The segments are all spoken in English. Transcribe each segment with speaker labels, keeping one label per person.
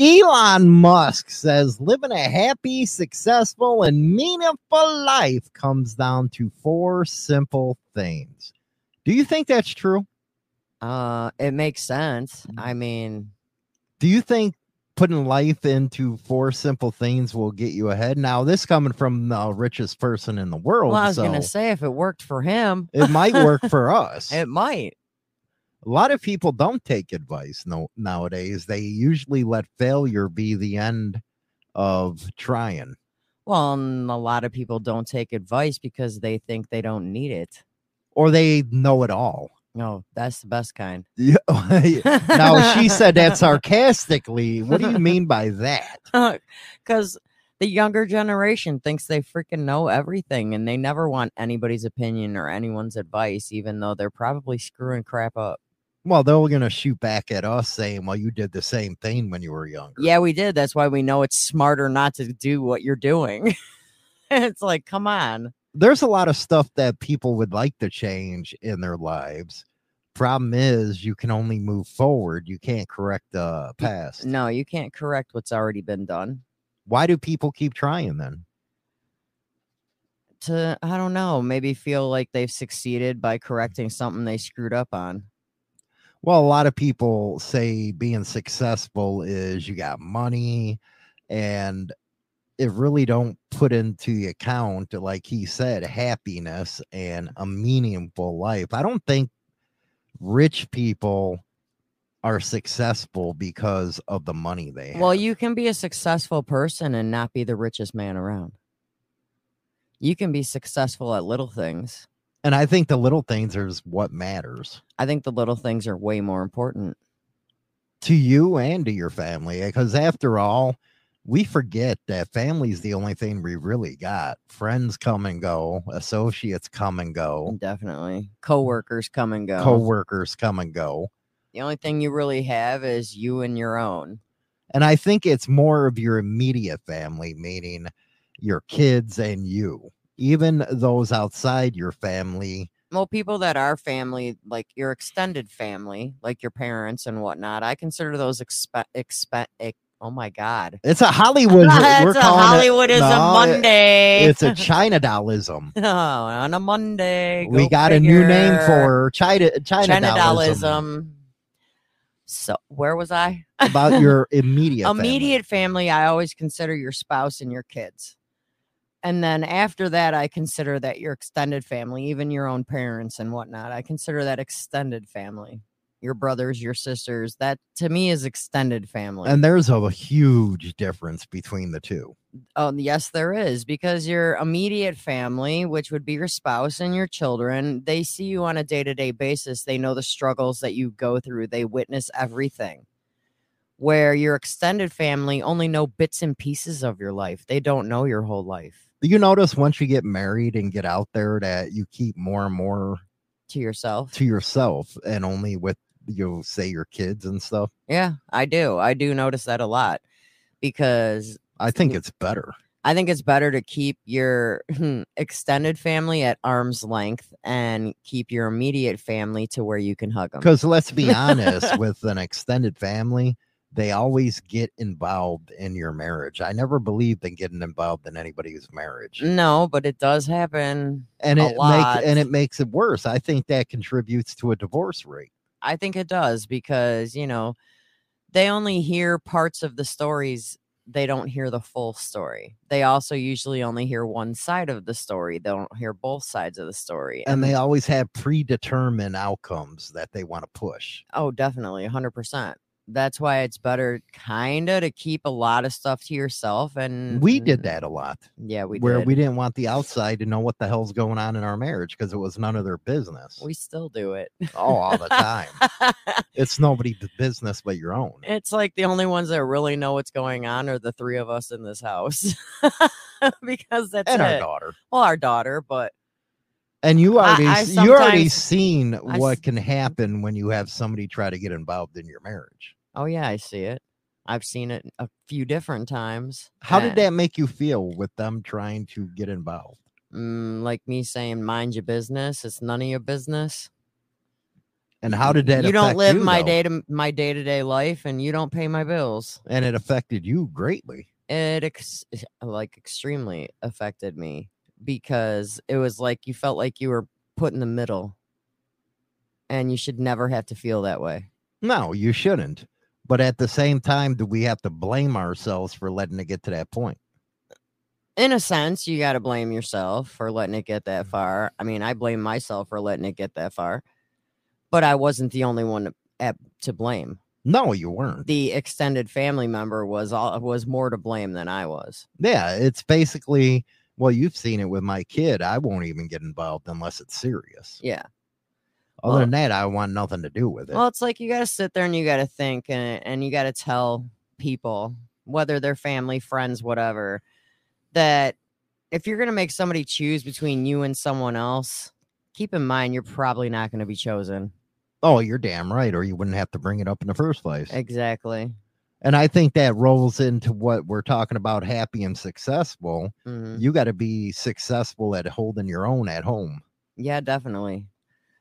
Speaker 1: Elon Musk says living a happy, successful, and meaningful life comes down to four simple things. Do you think that's true?
Speaker 2: Uh, it makes sense. I mean,
Speaker 1: Do you think putting life into four simple things will get you ahead? Now, this coming from the richest person in the world,
Speaker 2: well, I was
Speaker 1: so
Speaker 2: gonna say if it worked for him,
Speaker 1: it might work for us.
Speaker 2: it might.
Speaker 1: a lot of people don't take advice no, nowadays. They usually let failure be the end of trying.
Speaker 2: Well, and a lot of people don't take advice because they think they don't need it.
Speaker 1: or they know it all.
Speaker 2: No, that's the best kind.
Speaker 1: Yeah. now she said that sarcastically. What do you mean by that?
Speaker 2: because the younger generation thinks they freaking know everything and they never want anybody's opinion or anyone's advice, even though they're probably screwing crap up.
Speaker 1: Well, they're gonna shoot back at us saying, "Well, you did the same thing when you were younger."
Speaker 2: Yeah, we did. That's why we know it's smarter not to do what you're doing. it's like, come on.
Speaker 1: There's a lot of stuff that people would like to change in their lives. Problem is, you can only move forward. You can't correct the past.
Speaker 2: No, you can't correct what's already been done.
Speaker 1: Why do people keep trying then?
Speaker 2: To, I don't know, maybe feel like they've succeeded by correcting something they screwed up on.
Speaker 1: Well, a lot of people say being successful is you got money and it really don't put into the account, like he said, happiness and a meaningful life. I don't think rich people are successful because of the money they have.
Speaker 2: Well, you can be a successful person and not be the richest man around. You can be successful at little things.
Speaker 1: and I think the little things is what matters
Speaker 2: I think the little things are way more important.
Speaker 1: to you and to your family. Because after all, we forget that family's the only thing we really got. Friends come and go, associates come and go,
Speaker 2: Definitely. Coworkers come and go.
Speaker 1: coworkers come and go.
Speaker 2: the only thing you really have is you and your own.
Speaker 1: And I think it's more of your immediate family, meaning your kids and you. Even those outside your family,
Speaker 2: Well, people that are family, like your extended family, like your parents and whatnot, I consider those expe- expe- ex- oh my god.
Speaker 1: it's a Hollywood. uh, we're
Speaker 2: it's a
Speaker 1: calling it-
Speaker 2: Hollywood is
Speaker 1: no,
Speaker 2: a
Speaker 1: it-
Speaker 2: Monday.
Speaker 1: It's a China dollism.
Speaker 2: oh, on a Monday.
Speaker 1: we
Speaker 2: go
Speaker 1: got a new name
Speaker 2: figure.
Speaker 1: for her, China China dollism.
Speaker 2: Genitalism. So where was I?
Speaker 1: About your immediate family.
Speaker 2: Immediate family, I always consider your spouse and your kids. And then after that, I consider that your extended family, even your own parents and whatnot. I consider that extended family. Your brothers, your sisters. That to me is extended family.
Speaker 1: And there's a huge difference between the two.
Speaker 2: Oh, yes, there is because your immediate family, which would be your spouse and your children, they see you on a day to day basis. They know the struggles that you go through, they witness everything. Where your extended family only know bits and pieces of your life, they don't know your whole life
Speaker 1: Do You notice once you get married and get out there that you keep more and more
Speaker 2: to yourself.
Speaker 1: to yourself and only with you say your kids and stuff.
Speaker 2: Yeah, I do. I do notice that a lot because
Speaker 1: I think it's better.
Speaker 2: I think it's better to keep your hmm, extended family at arm's length and keep your immediate family to where you can hug them.
Speaker 1: Because let's be honest, with an extended family, they always get involved in your marriage. I never believed in getting involved in anybody's marriage.
Speaker 2: No, but it does happen.
Speaker 1: And
Speaker 2: Mm, a
Speaker 1: it
Speaker 2: lot.
Speaker 1: makes and it makes it worse. I think that contributes to a divorce rate.
Speaker 2: I think it does because, you know, they only hear parts of the stories. They don't hear the full story. They also usually only hear one side of the story. They don't hear both sides of the story.
Speaker 1: And they always have predetermined outcomes that they want to push.
Speaker 2: Oh, definitely. 100%. That's why it's better, kind of, to keep a lot of stuff to yourself. And
Speaker 1: we did that a lot
Speaker 2: Yeah, Mm-hmm. we
Speaker 1: where
Speaker 2: did.
Speaker 1: we didn't want the outside to know what the hell's going on in our marriage because it was none of their business
Speaker 2: we still do it.
Speaker 1: oh all the time it's nobody's business but your own
Speaker 2: it's like the only ones that really know what's going on are the three of us in this house because that's
Speaker 1: and
Speaker 2: it.
Speaker 1: our daughter
Speaker 2: well our daughter but
Speaker 1: and you
Speaker 2: I-
Speaker 1: already
Speaker 2: I
Speaker 1: s- you already
Speaker 2: sometimes-
Speaker 1: seen
Speaker 2: I
Speaker 1: what
Speaker 2: s-
Speaker 1: can happen when you have somebody try to get involved in your marriage
Speaker 2: oh yeah i see it i've seen it a few different times
Speaker 1: how did
Speaker 2: and,
Speaker 1: that make you feel with them trying to get involved
Speaker 2: mm, like me saying mind your business it's none of your business
Speaker 1: And how did that?
Speaker 2: you don't
Speaker 1: affect
Speaker 2: live my
Speaker 1: though?
Speaker 2: day to my day to day life, and you don't pay my bills.
Speaker 1: and it affected you greatly.
Speaker 2: It ex- eh, like extremely affected me because it was like you felt like you were put in the middle, and you should never have to feel that way.
Speaker 1: No, you shouldn't. But at the same time, do we have to blame ourselves for letting it get to that point?
Speaker 2: in a sense, you got to blame yourself for letting it get that far. I mean, I blame myself for letting it get that far, but I wasn't the only one to, at, to blame.
Speaker 1: No, you weren't.
Speaker 2: The extended family member was all was more to blame than I was.
Speaker 1: Yeah, it's basically well, you've seen it with my kid. I won't even get involved unless it's serious.
Speaker 2: Yeah.
Speaker 1: Other
Speaker 2: well-
Speaker 1: than that, I want nothing to do with it.
Speaker 2: Well, it's like you got to sit there and you got to think and, and you got to tell people, whether they're family, friends, whatever, that if you're going to make somebody choose between you and someone else, keep in mind you're probably not going to be chosen.
Speaker 1: oh, you're damn right, or you wouldn't have to bring it up in the first place.
Speaker 2: Exactly.
Speaker 1: And I think that rolls into what we're talking about happy and successful.
Speaker 2: Mhm.
Speaker 1: You got to be successful at holding your own at home.
Speaker 2: Yeah, definitely.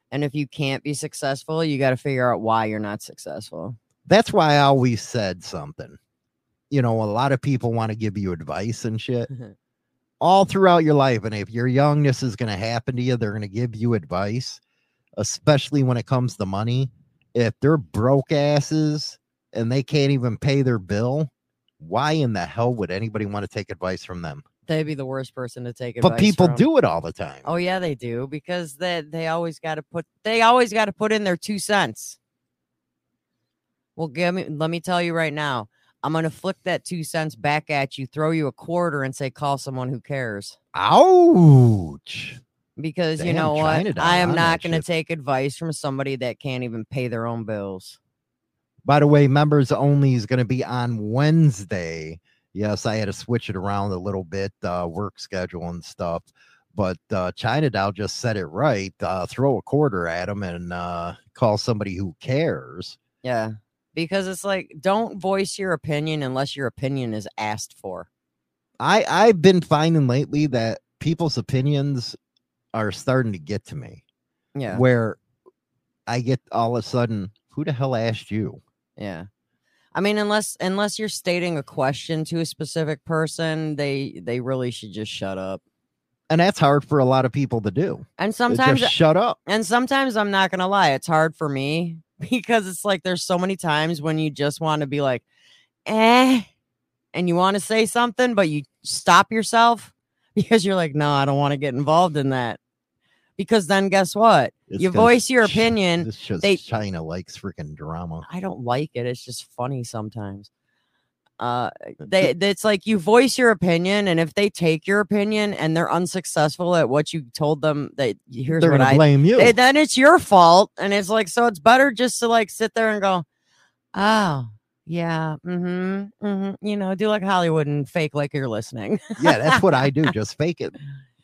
Speaker 2: And if you can't be successful, you got to figure out why you're not successful.
Speaker 1: That's why I always said something. You know, a lot of people want to give you advice and shit all throughout your life. And if you're young, this is going to happen to you. They're going to give you advice, especially when it comes to money. If they're broke asses and they can't even pay their bill, why in the hell would anybody want to take advice from them?
Speaker 2: They'd be the worst person to take advice.
Speaker 1: but people
Speaker 2: from.
Speaker 1: do it all the time.
Speaker 2: Oh yeah, they do because they they always got to put they always got to put in their two cents. Well, give me let me tell you right now. I'm gonna flick that two cents back at you, throw you a quarter, and say call someone who cares.
Speaker 1: Ouch.
Speaker 2: Because you
Speaker 1: Damn,
Speaker 2: know what,
Speaker 1: China doll,
Speaker 2: I am
Speaker 1: I'm
Speaker 2: not
Speaker 1: that
Speaker 2: gonna
Speaker 1: shit.
Speaker 2: take advice from somebody that can't even pay their own bills.
Speaker 1: By the way, members only is going to be on Wednesday. Yes, I had to switch it around a little bit, uh, work schedule and stuff. But uh, China Dow just said it right. Uh, throw a quarter at them and uh, call somebody who cares.
Speaker 2: Yeah. Because it's like, don't voice your opinion unless your opinion is asked for.
Speaker 1: I I've been finding lately that people's opinions are starting to get to me,
Speaker 2: Yeah.
Speaker 1: where I get all of a sudden, who the hell asked you?
Speaker 2: Yeah. I mean, unless unless you're stating a question to a specific person, they they really should just shut up.
Speaker 1: And that's hard for a lot of people to do.
Speaker 2: And
Speaker 1: It's
Speaker 2: sometimes
Speaker 1: just shut up.
Speaker 2: and sometimes I'm not gonna lie, it's hard for me because it's like there's so many times when you just want to be like, eh, and you want to say something, but you stop yourself because you're like, no, I don't want to get involved in that. Because then guess what?
Speaker 1: It's
Speaker 2: you
Speaker 1: 'cause
Speaker 2: voice your
Speaker 1: sh-
Speaker 2: opinion
Speaker 1: This just
Speaker 2: they-
Speaker 1: China likes freaking drama.
Speaker 2: I don't like it. It's just funny sometimes. Uh, they it's like you voice your opinion, and if they take your opinion and they're unsuccessful at what you told them, that here's
Speaker 1: They're
Speaker 2: what
Speaker 1: gonna
Speaker 2: I
Speaker 1: blame you.
Speaker 2: eh, then it's your fault, and it's like so it's better just to like sit there and go, oh yeah, mm-hmm, mm-hmm, you know, do like Hollywood and fake like you're listening,
Speaker 1: yeah, that's what I do. Just fake it,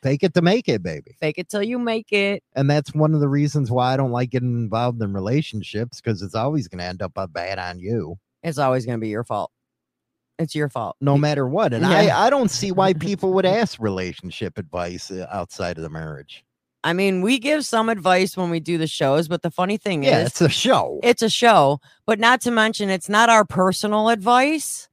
Speaker 1: fake it to make it, baby.
Speaker 2: fake it till you make it.
Speaker 1: And that's one of the reasons why I don't like getting involved in relationships because it's always gonna end up uh, bad on you,
Speaker 2: It's always gonna be your fault. It's your fault.
Speaker 1: no
Speaker 2: Y-
Speaker 1: matter what. And
Speaker 2: Yeah.
Speaker 1: I I don't see why people would ask relationship advice uh, outside of the marriage.
Speaker 2: I mean, we give some advice when we do the shows, but the funny thing
Speaker 1: Yeah,
Speaker 2: is,
Speaker 1: it's a show.
Speaker 2: it's a show, but not to mention it's not our personal advice.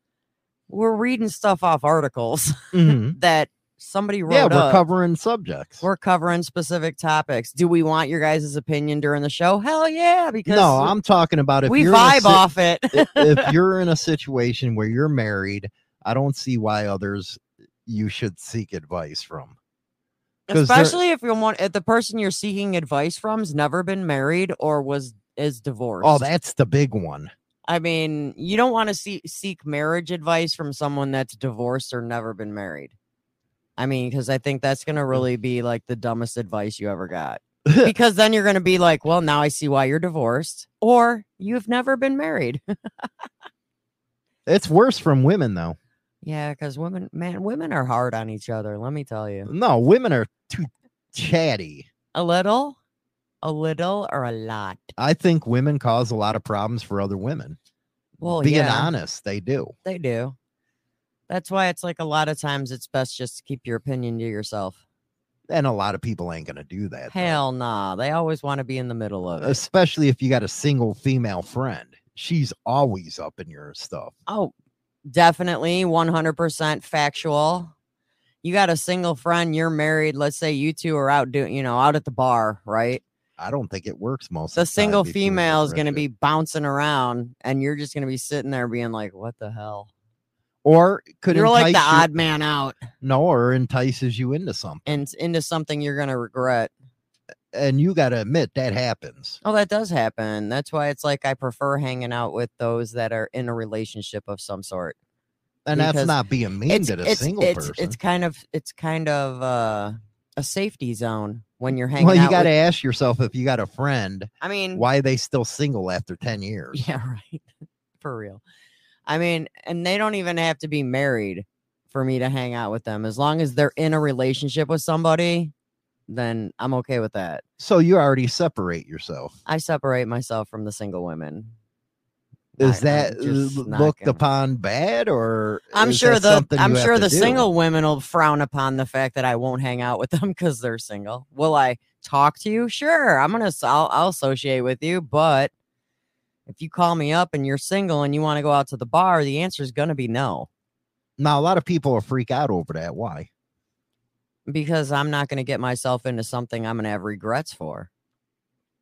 Speaker 2: We're reading stuff off articles
Speaker 1: Mhm.
Speaker 2: that somebody wrote
Speaker 1: Yeah, we're
Speaker 2: up.
Speaker 1: covering subjects.
Speaker 2: we're covering specific topics. Do we want your guys' opinion during the show? Hell yeah, because
Speaker 1: no, I'm talking about if
Speaker 2: we
Speaker 1: you're in a
Speaker 2: vibe
Speaker 1: si-
Speaker 2: off it.
Speaker 1: i- if you're in a situation where you're married, I don't see why others you should seek advice from. 'Cause they're-
Speaker 2: Especially if you want if the person you're seeking advice from's never been married or was is divorced.
Speaker 1: Oh, that's the big one.
Speaker 2: I mean, you don't want to see, seek marriage advice from someone that's divorced or never been married. I mean, because I think that's going to really be like the dumbest advice you ever got. because then you're going to be like, well, now I see why you're divorced or you've never been married.
Speaker 1: It's worse from women though.
Speaker 2: yeah, because women, man, women are hard on each other. Let me tell you
Speaker 1: No, women are too chatty.
Speaker 2: a little, a little, or a lot.
Speaker 1: I think women cause a lot of problems for other women.
Speaker 2: Well,
Speaker 1: Being
Speaker 2: yeah,
Speaker 1: honest, they do.
Speaker 2: they do. That's why it's like a lot of times it's best just to keep your opinion to yourself.
Speaker 1: And a lot of people ain't gonna do that. though.
Speaker 2: Hell nah. They always want to be in the middle of it.
Speaker 1: Especially if you got a single female friend. She's always up in your stuff.
Speaker 2: Oh, definitely 100% factual. You got a single friend, you're married. Let's say you two are out doing, you know, out at the bar, right?
Speaker 1: I don't think it works most.
Speaker 2: The
Speaker 1: of time
Speaker 2: single
Speaker 1: between the
Speaker 2: female is going to be
Speaker 1: friendship.
Speaker 2: bouncing around and you're just going to be sitting there being like, what the hell?
Speaker 1: or could
Speaker 2: You're
Speaker 1: entice
Speaker 2: like the
Speaker 1: you-
Speaker 2: odd man out
Speaker 1: no, or entices you into something,
Speaker 2: and s- into something you're going to regret.
Speaker 1: and you got to admit that happens.
Speaker 2: Oh, that does happen. That's why it's like I prefer hanging out with those that are in a relationship of some sort.
Speaker 1: And
Speaker 2: Because
Speaker 1: that's not being mean to the single
Speaker 2: it's,
Speaker 1: person.
Speaker 2: It's kind of it's kind of uh, a safety zone when you're hanging
Speaker 1: well, you
Speaker 2: out.
Speaker 1: got to
Speaker 2: with- Mm-hmm.
Speaker 1: ask yourself if you got a friend,
Speaker 2: I mean,
Speaker 1: why they still single after ten years?
Speaker 2: yeah, right. for real. I mean, and they don't even have to be married for me to hang out with them. As long as they're in a relationship with somebody, then I'm okay with that.
Speaker 1: So you already separate yourself.
Speaker 2: I separate myself from the single women. I-
Speaker 1: Is
Speaker 2: I'm
Speaker 1: that uh,
Speaker 2: just
Speaker 1: l-
Speaker 2: not
Speaker 1: looked
Speaker 2: gonna-
Speaker 1: upon bad, or
Speaker 2: I'm
Speaker 1: is
Speaker 2: sure
Speaker 1: that
Speaker 2: the
Speaker 1: something
Speaker 2: I'm
Speaker 1: you have
Speaker 2: sure
Speaker 1: to
Speaker 2: the
Speaker 1: do?
Speaker 2: single women will frown upon the fact that I won't hang out with them because they're single. Will I talk to you? Sure, I'm gonna s- I'll, I'll associate with you, but if you call me up and you're single and you want to go out to the bar, the answer is gonna be no
Speaker 1: Now a lot of people will freak out over that. Why?
Speaker 2: because I'm not gonna get myself into something I'm gonna have regrets for.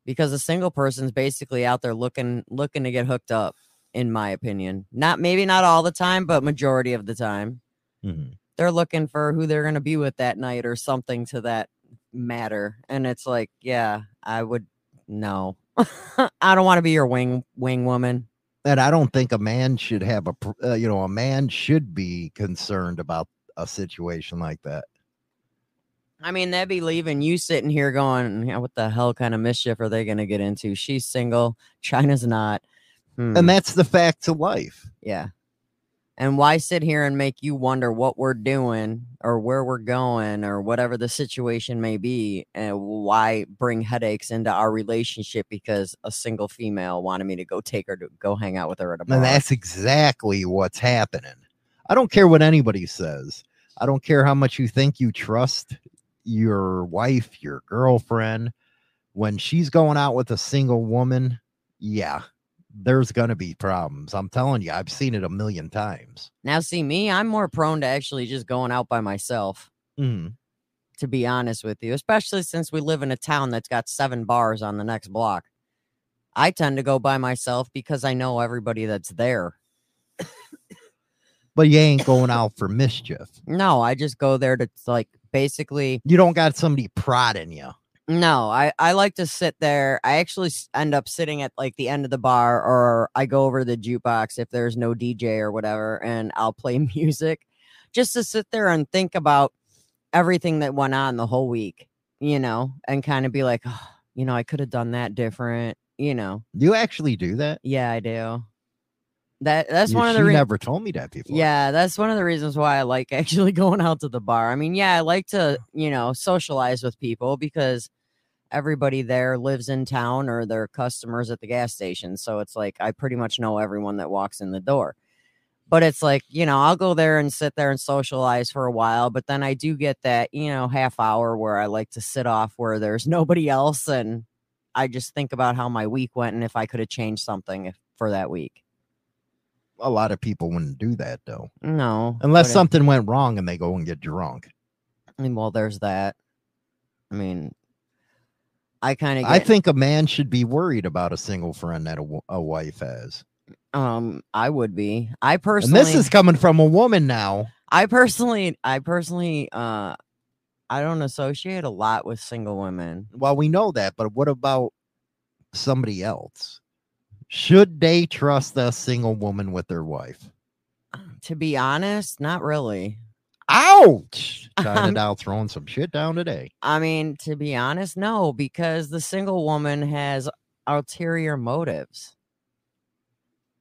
Speaker 2: Because a single person's basically out there looking looking to get hooked up, in my opinion. Not maybe not all the time, but majority of the time. they're looking for who they're going to be with that night or something to that matter and it's like yeah i would no i don't want to be your wing wing woman
Speaker 1: And I don't think a man should have a pr- uh, you know a man should be concerned about a situation like that.
Speaker 2: i mean they'd be leaving you sitting here going "Yeah, what the hell kind of mischief are they going to get into she's single china's not Hmm,
Speaker 1: And that's the fact of life.
Speaker 2: yeah and why sit here and make you wonder what we're doing or where we're going or whatever the situation may be and why bring headaches into our relationship because a single female wanted me to go take her to go hang out with her at a bar.
Speaker 1: And that's exactly what's happening. I don't care what anybody says. I don't care how much you think you trust your wife, your girlfriend. When she's going out with a single woman, yeah, there's going to be problems. I'm telling you, I've seen it a million times.
Speaker 2: now see me, I'm more prone to actually just going out by myself
Speaker 1: Mm.
Speaker 2: to be honest with you, especially since we live in a town that's got 7 bars on the next block. I tend to go by myself because I know everybody that's there.
Speaker 1: But you ain't going out for mischief.
Speaker 2: No, I just go there to like basically
Speaker 1: You don't got somebody prodding you.
Speaker 2: No, I I like to sit there. I actually s- end up sitting at like the end of the bar, or I go over to the jukebox if there's no DJ or whatever, and I'll play music, just to sit there and think about everything that went on the whole week, you know, and kind of be like, oh, you know, I could have done that different, you know.
Speaker 1: Do you actually do that?
Speaker 2: Yeah, I do. That that's
Speaker 1: You-
Speaker 2: one of the
Speaker 1: she
Speaker 2: reasons.
Speaker 1: never told me that before.
Speaker 2: Yeah, that's one of the reasons why I like actually going out to the bar. I mean, yeah, I like to, you know, socialize with people because everybody there lives in town or they're customers at the gas station. So it's like I pretty much know everyone that walks in the door. But it's like, you know, I'll go there and sit there and socialize for a while, but then I do get that, you know, half hour where I like to sit off where there's nobody else and I just think about how my week went and if I could have changed something if, for that week.
Speaker 1: A lot of people wouldn't do that though.
Speaker 2: No.
Speaker 1: Unless
Speaker 2: but it-
Speaker 1: something went wrong and they go and get drunk.
Speaker 2: I mean, well, there's that. I mean, I kind of
Speaker 1: I think a man should be worried about a single friend that a, wo- a wife has.
Speaker 2: um I would be. I
Speaker 1: And
Speaker 2: personally
Speaker 1: this is coming from a woman now.
Speaker 2: I personally I personally uh I don't associate a lot with single women.
Speaker 1: Well, we know that, but what about somebody else? Should they trust a single woman with their wife?
Speaker 2: To be honest, not really.
Speaker 1: Ouch! China
Speaker 2: Um,
Speaker 1: Dow throwing some shit down today.
Speaker 2: I mean, to be honest, no, because the single woman has ulterior motives.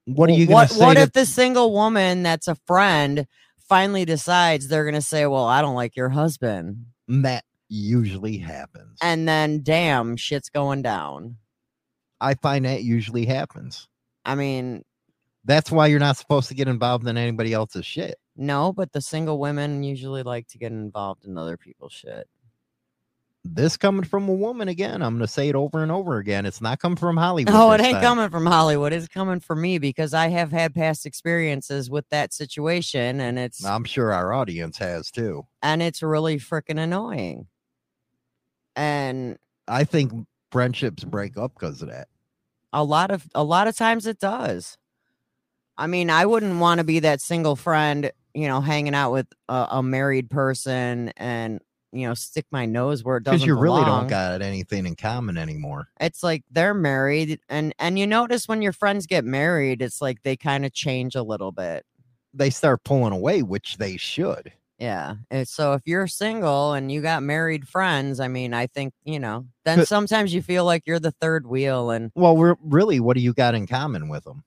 Speaker 1: What are
Speaker 2: Well,
Speaker 1: you going
Speaker 2: what,
Speaker 1: to say?
Speaker 2: what
Speaker 1: to-
Speaker 2: if the single woman that's a friend finally decides they're going to say, "Well, I don't like your husband."
Speaker 1: that usually happens.
Speaker 2: And then damn, shit's going down.
Speaker 1: I find that usually happens.
Speaker 2: I mean,
Speaker 1: That's why you're not supposed to get involved in anybody else's shit.
Speaker 2: no, but the single women usually like to get involved in other people's shit.
Speaker 1: this coming from a woman again. I'm gonna say it over and over again. It's not coming from Hollywood.
Speaker 2: Oh, it
Speaker 1: this
Speaker 2: ain't
Speaker 1: time.
Speaker 2: coming from Hollywood. It's coming from me because I have had past experiences with that situation, and it's
Speaker 1: I'm sure our audience has too.
Speaker 2: and it's really freaking annoying. And
Speaker 1: I think friendships break up because of that.
Speaker 2: a lot of a lot of times it does. I mean, I wouldn't want to be that single friend, you know, hanging out with a, a married person and you know stick my nose where it doesn't.
Speaker 1: Because you really
Speaker 2: belong.
Speaker 1: don't got anything in common anymore.
Speaker 2: it's like they're married and and you notice when your friends get married it's like they kind of change a little bit
Speaker 1: They start pulling away, which they should.
Speaker 2: yeah and so if you're single and you got married friends i mean i think you know then
Speaker 1: Could-
Speaker 2: sometimes you feel like you're the third wheel and
Speaker 1: Well, we're really, what do you got in common with them?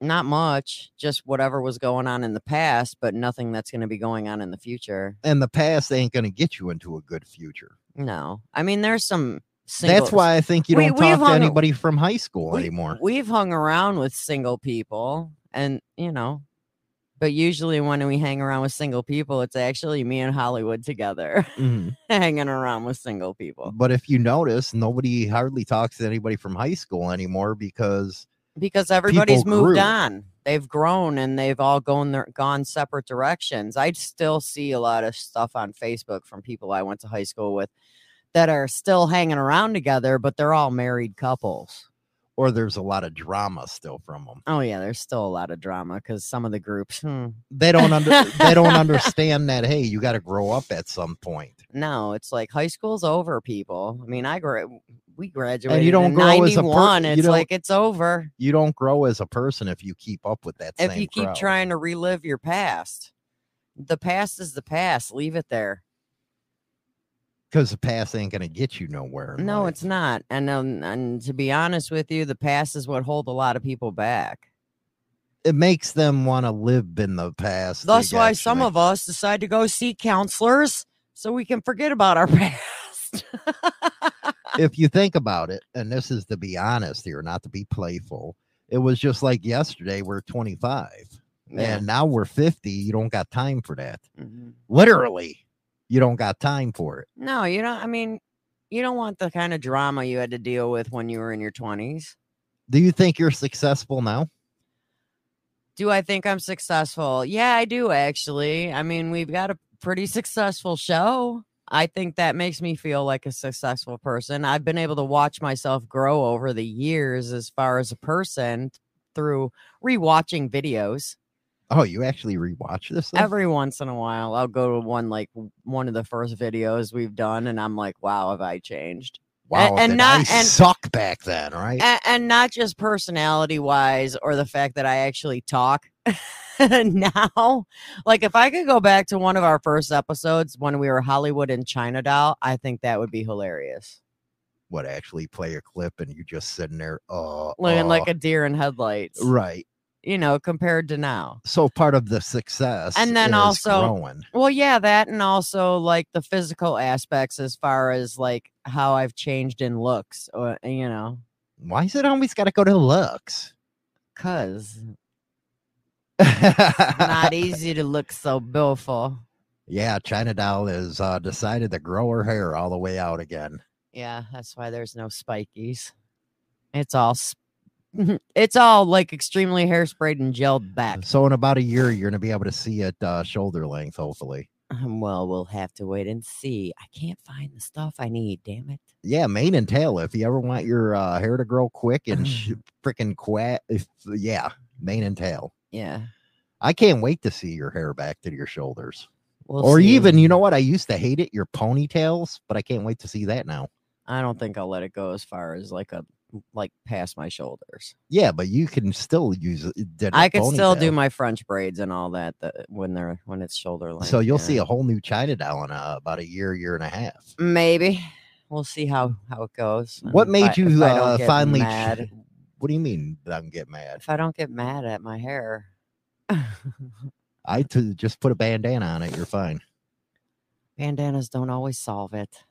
Speaker 2: not much just whatever was going on in the past but nothing that's going to be going on in the future
Speaker 1: And the past ain't going to get you into a good future.
Speaker 2: no i mean there's some single,
Speaker 1: That's why I think you
Speaker 2: We-
Speaker 1: don't
Speaker 2: we've
Speaker 1: talk to
Speaker 2: hung-
Speaker 1: anybody from high school
Speaker 2: we-
Speaker 1: anymore.
Speaker 2: we've hung around with single people and you know but usually when we hang around with single people it's actually me and hollywood together
Speaker 1: Mhm.
Speaker 2: hanging around with single people
Speaker 1: But if you notice, nobody hardly talks to anybody from high school anymore because
Speaker 2: because everybody's moved
Speaker 1: grew.
Speaker 2: on they've grown and they've all gone their gone separate directions i still see a lot of stuff on facebook from people i went to high school with that are still hanging around together but they're all married couples
Speaker 1: or there's a lot of drama still from them.
Speaker 2: oh yeah there's still a lot of drama because some of the groups hmm,
Speaker 1: They don't under, they don't understand that hey, you got to grow up at some point.
Speaker 2: No, it's like high school's over, people. I mean, I gra- we graduated.
Speaker 1: you don't
Speaker 2: in
Speaker 1: grow as a per-
Speaker 2: 91.
Speaker 1: you
Speaker 2: it's
Speaker 1: don't-
Speaker 2: like it's over
Speaker 1: You don't grow as a person if you keep up with that.
Speaker 2: if
Speaker 1: same
Speaker 2: you keep
Speaker 1: crowd.
Speaker 2: trying to relive your past. The past is the past. Leave it there.
Speaker 1: because the past ain't gonna get you nowhere. in
Speaker 2: No,
Speaker 1: life.
Speaker 2: it's not. And um, and to be honest with you, the past is what hold a lot of people back.
Speaker 1: it makes them want to live in the past. to
Speaker 2: That's why some
Speaker 1: actually-
Speaker 2: of us decide to go see counselors so we can forget about our past.
Speaker 1: if you think about it, and this is to be honest here, not to be playful, it was just like yesterday. We're 25,
Speaker 2: Yeah.
Speaker 1: and now we're 50. You don't got time for that.
Speaker 2: Mhm.
Speaker 1: Literally, you don't got time for it.
Speaker 2: No, you don't. I mean, you don't want the kind of drama you had to deal with when you were in your 20s.
Speaker 1: Do you think you're successful now?
Speaker 2: Do I think I'm successful? Yeah, I do actually. I mean, we've got a pretty successful show. I think that makes me feel like a successful person. I've been able to watch myself grow over the years as far as a person through rewatching videos.
Speaker 1: Oh, you actually rewatch this? stuff?
Speaker 2: Every once in a while, I'll go to one like w- one of the first videos we've done, and I'm like, wow, have I changed?
Speaker 1: wow,
Speaker 2: and
Speaker 1: did
Speaker 2: not-
Speaker 1: I
Speaker 2: and-
Speaker 1: suck back then, right?
Speaker 2: and, and not just personality wise or the fact that I actually talk now. Like if I could go back to one of our first episodes when we were Hollywood and China Doll, I think that would be hilarious.
Speaker 1: what actually play a clip and you just sitting there, uh,
Speaker 2: Looking
Speaker 1: uh,
Speaker 2: like a deer in headlights,
Speaker 1: right.
Speaker 2: you know, compared to now.
Speaker 1: So part of the success,
Speaker 2: And then
Speaker 1: is
Speaker 2: also-
Speaker 1: growing.
Speaker 2: Well, yeah, that and also like the physical aspects as far as like how I've changed in looks or you know,
Speaker 1: Why is it always got to go to looks?
Speaker 2: cuz not e easy to look so beautiful.
Speaker 1: yeah, China Doll has uh, decided to grow her hair all the way out again.
Speaker 2: Yeah, that's why there's no spikies. It's all sp- it's all like extremely hairsprayed and gelled back.
Speaker 1: So in about a year, you're gonna be able to see it uh, shoulder length, hopefully.
Speaker 2: Um, Well, we'll have to wait and see. I can't find the stuff I need. Damn it!
Speaker 1: Yeah, mane and tail. If you ever want your uh, hair to grow quick and sh- freaking quack, if yeah, mane and tail.
Speaker 2: Yeah,
Speaker 1: I can't wait to see your hair back to your shoulders,
Speaker 2: we'll
Speaker 1: or
Speaker 2: see.
Speaker 1: even you know what? I used to hate it, your ponytails, but I can't wait to see that now.
Speaker 2: I don't think I'll let it go as far as like a like past my shoulders.
Speaker 1: Yeah, but you can still use it. did a
Speaker 2: I could still do
Speaker 1: ponytail.
Speaker 2: my French braids and all that the, when they're when it's shoulder length.
Speaker 1: So you'll
Speaker 2: yeah.
Speaker 1: see a whole new China doll in uh, about a year, year and a half.
Speaker 2: maybe we'll see how how it goes.
Speaker 1: What
Speaker 2: and if
Speaker 1: made
Speaker 2: I- if
Speaker 1: you
Speaker 2: I don't
Speaker 1: uh,
Speaker 2: get
Speaker 1: finally? ch-
Speaker 2: mad.
Speaker 1: What do you mean? I can get mad.
Speaker 2: if I don't get mad at my hair.
Speaker 1: I t- just put a bandana on it. You're fine.
Speaker 2: Bandanas don't always solve it.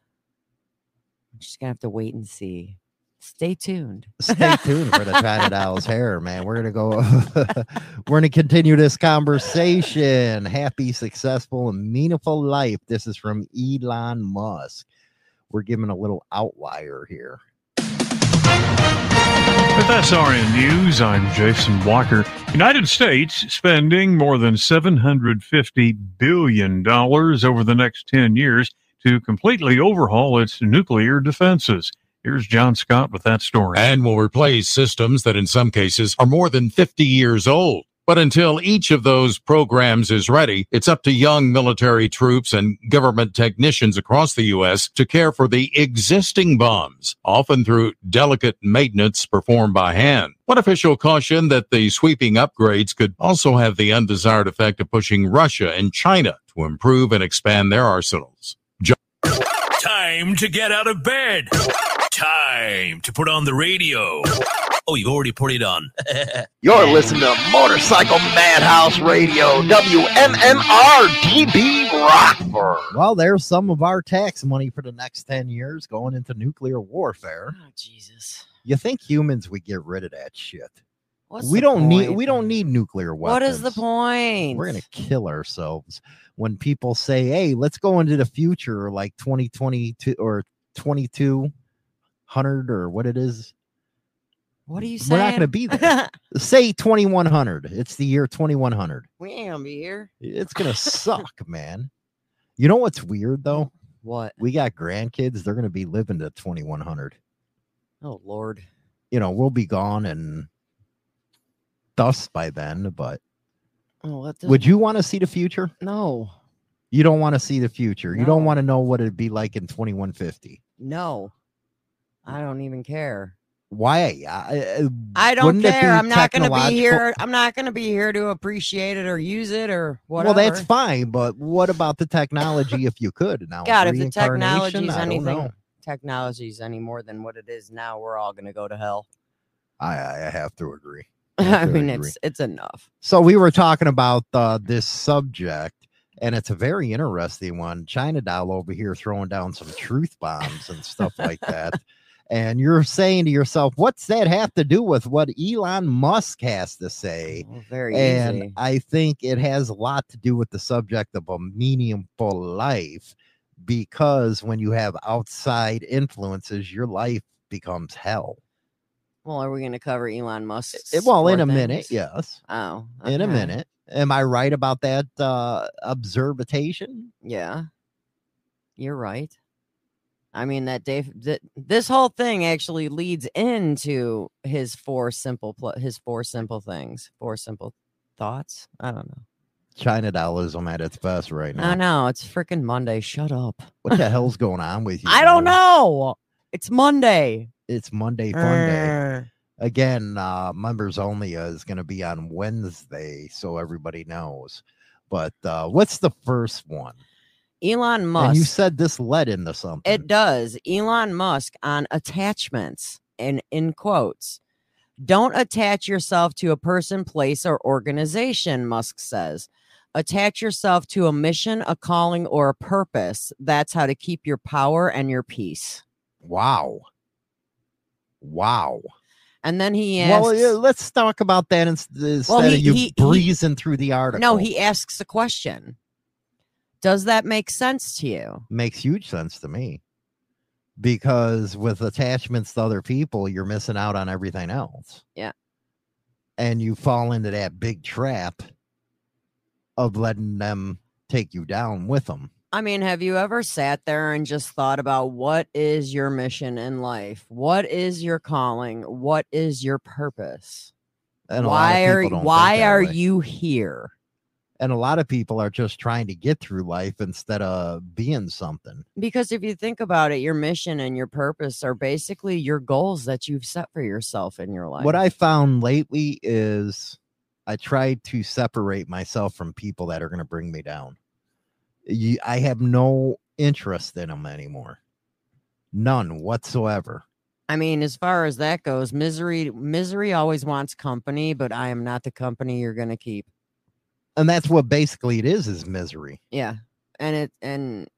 Speaker 2: I'm just gonna have to wait and see. Stay tuned.
Speaker 1: Stay tuned for the China doll's hair, man. We're gonna go. We're gonna continue this conversation. Happy, successful, and meaningful life. This is from Elon Musk. we're giving a little outlier here.
Speaker 3: With SRN News, I'm Jason Walker. United States spending more than $750 billion over the next 10 years to completely overhaul its nuclear defenses. Here's John Scott with that story.
Speaker 4: and will replace systems that in some cases are more than 50 years old. But until each of those programs is ready, it's up to young military troops and government technicians across the U.S. to care for the existing bombs, often through delicate maintenance performed by hand. One official cautioned that the sweeping upgrades could also have the undesired effect of pushing Russia and China to improve and expand their arsenals.
Speaker 5: Time to get out of bed. Time to put on the radio. Oh, you've already put it on.
Speaker 6: You're listening to Motorcycle Madhouse Radio, WMMR DB Rockford.
Speaker 1: Well, there's some of our tax money for the next 10 years going into nuclear warfare.
Speaker 2: Oh, Jesus.
Speaker 1: You think humans would get rid of that shit?
Speaker 2: What's
Speaker 1: we
Speaker 2: the
Speaker 1: don't need
Speaker 2: point?
Speaker 1: we don't need nuclear weapons.
Speaker 2: What is the point?
Speaker 1: We're gonna kill ourselves when people say, "Hey, let's go into the future, like 2022 or 2200 or what it is."
Speaker 2: What are you
Speaker 1: We're
Speaker 2: saying?
Speaker 1: not gonna be there. Say 2100. It's the year 2100.
Speaker 2: we ain't gonna be here.
Speaker 1: It's gonna suck, man. You know what's weird though?
Speaker 2: What?
Speaker 1: We got grandkids. They're gonna be living to 2100.
Speaker 2: Oh Lord.
Speaker 1: You know, we'll be gone and dust by then. But
Speaker 2: Oh, what the-
Speaker 1: would you want to see the future?
Speaker 2: no,
Speaker 1: You don't want to see the future. You don't
Speaker 2: No.
Speaker 1: want to know what it'd be like in 2150.
Speaker 2: no. I don't even care.
Speaker 1: Why? I,
Speaker 2: I don't
Speaker 1: wouldn't it
Speaker 2: care.
Speaker 1: be
Speaker 2: I'm not gonna be
Speaker 1: technological-
Speaker 2: here. I'm not gonna be here to appreciate it or use it or
Speaker 1: Well,
Speaker 2: whatever.
Speaker 1: that's fine, but what about the technology if you could? Now,
Speaker 2: God, if the
Speaker 1: reincarnation?
Speaker 2: technology's
Speaker 1: I don't
Speaker 2: anything
Speaker 1: know.
Speaker 2: technology's any more than what it is now, we're all gonna go to hell.
Speaker 1: I, I I have to agree.
Speaker 2: I
Speaker 1: have to
Speaker 2: mean,
Speaker 1: agree.
Speaker 2: it's it's enough.
Speaker 1: So we were talking about uh, this subject, and it's a very interesting one. China doll over here throwing down some truth bombs and stuff like that. And you're saying to yourself, what's that have to do with what Elon Musk has to say?
Speaker 2: Oh, very
Speaker 1: and
Speaker 2: easy.
Speaker 1: I think it has a lot to do with the subject of a meaningful life because when you have outside influences, your life becomes hell.
Speaker 2: well, are we gonna cover Elon Musk?
Speaker 1: It- Eh, well, in a minute, yes.
Speaker 2: Oh,
Speaker 1: In a
Speaker 2: okay.
Speaker 1: minute. Am I right about that uh observation?
Speaker 2: Yeah, you're right. I mean that Dave. Th- this whole thing actually leads into his four simple pl- his four simple things, four simple thoughts. I don't know.
Speaker 1: China dollarism at its best right now.
Speaker 2: I know it's freaking Monday. Shut up.
Speaker 1: What the hell's going on with you?
Speaker 2: I don't
Speaker 1: man?
Speaker 2: know. It's Monday.
Speaker 1: It's Monday fun day.
Speaker 2: Err.
Speaker 1: Again, uh members only is gonna be on Wednesday, so everybody knows. But uh what's the first one?
Speaker 2: Elon
Speaker 1: And you
Speaker 2: Musk.
Speaker 1: said this led into something.
Speaker 2: It does. Elon Musk on attachments and in quotes. Don't attach yourself to a person, place, or organization, Musk says. Attach yourself to a mission, a calling, or a purpose. That's how to keep your power and your peace.
Speaker 1: Wow. Wow.
Speaker 2: And then he asks,
Speaker 1: Well, yeah, let's talk about that ins- instead
Speaker 2: he-
Speaker 1: of you
Speaker 2: he- he-
Speaker 1: breezing through the article.
Speaker 2: No, he asks a question Does that make sense to you?
Speaker 1: makes huge sense to me because with attachments to other people, you're missing out on everything else.
Speaker 2: Yeah.
Speaker 1: And you fall into that big trap of letting them take you down with them.
Speaker 2: I mean, have you ever sat there and just thought about what is your mission in life? What is your calling? What is your purpose?
Speaker 1: And
Speaker 2: why
Speaker 1: a lot of
Speaker 2: are
Speaker 1: people don't think
Speaker 2: why
Speaker 1: that
Speaker 2: are
Speaker 1: way.
Speaker 2: you here?
Speaker 1: And a lot of people are just trying to get through life instead of being something.
Speaker 2: Because if you think about it, your mission and your purpose are basically your goals that you've set for yourself in your life.
Speaker 1: What I found lately is I tried to separate myself from people that are going to bring me down. You, I have no interest in them anymore. None whatsoever.
Speaker 2: I mean, as far as that goes, misery misery always wants company, but I am not the company you're going to keep.
Speaker 1: And that's what basically it is is misery.
Speaker 2: Yeah. And it and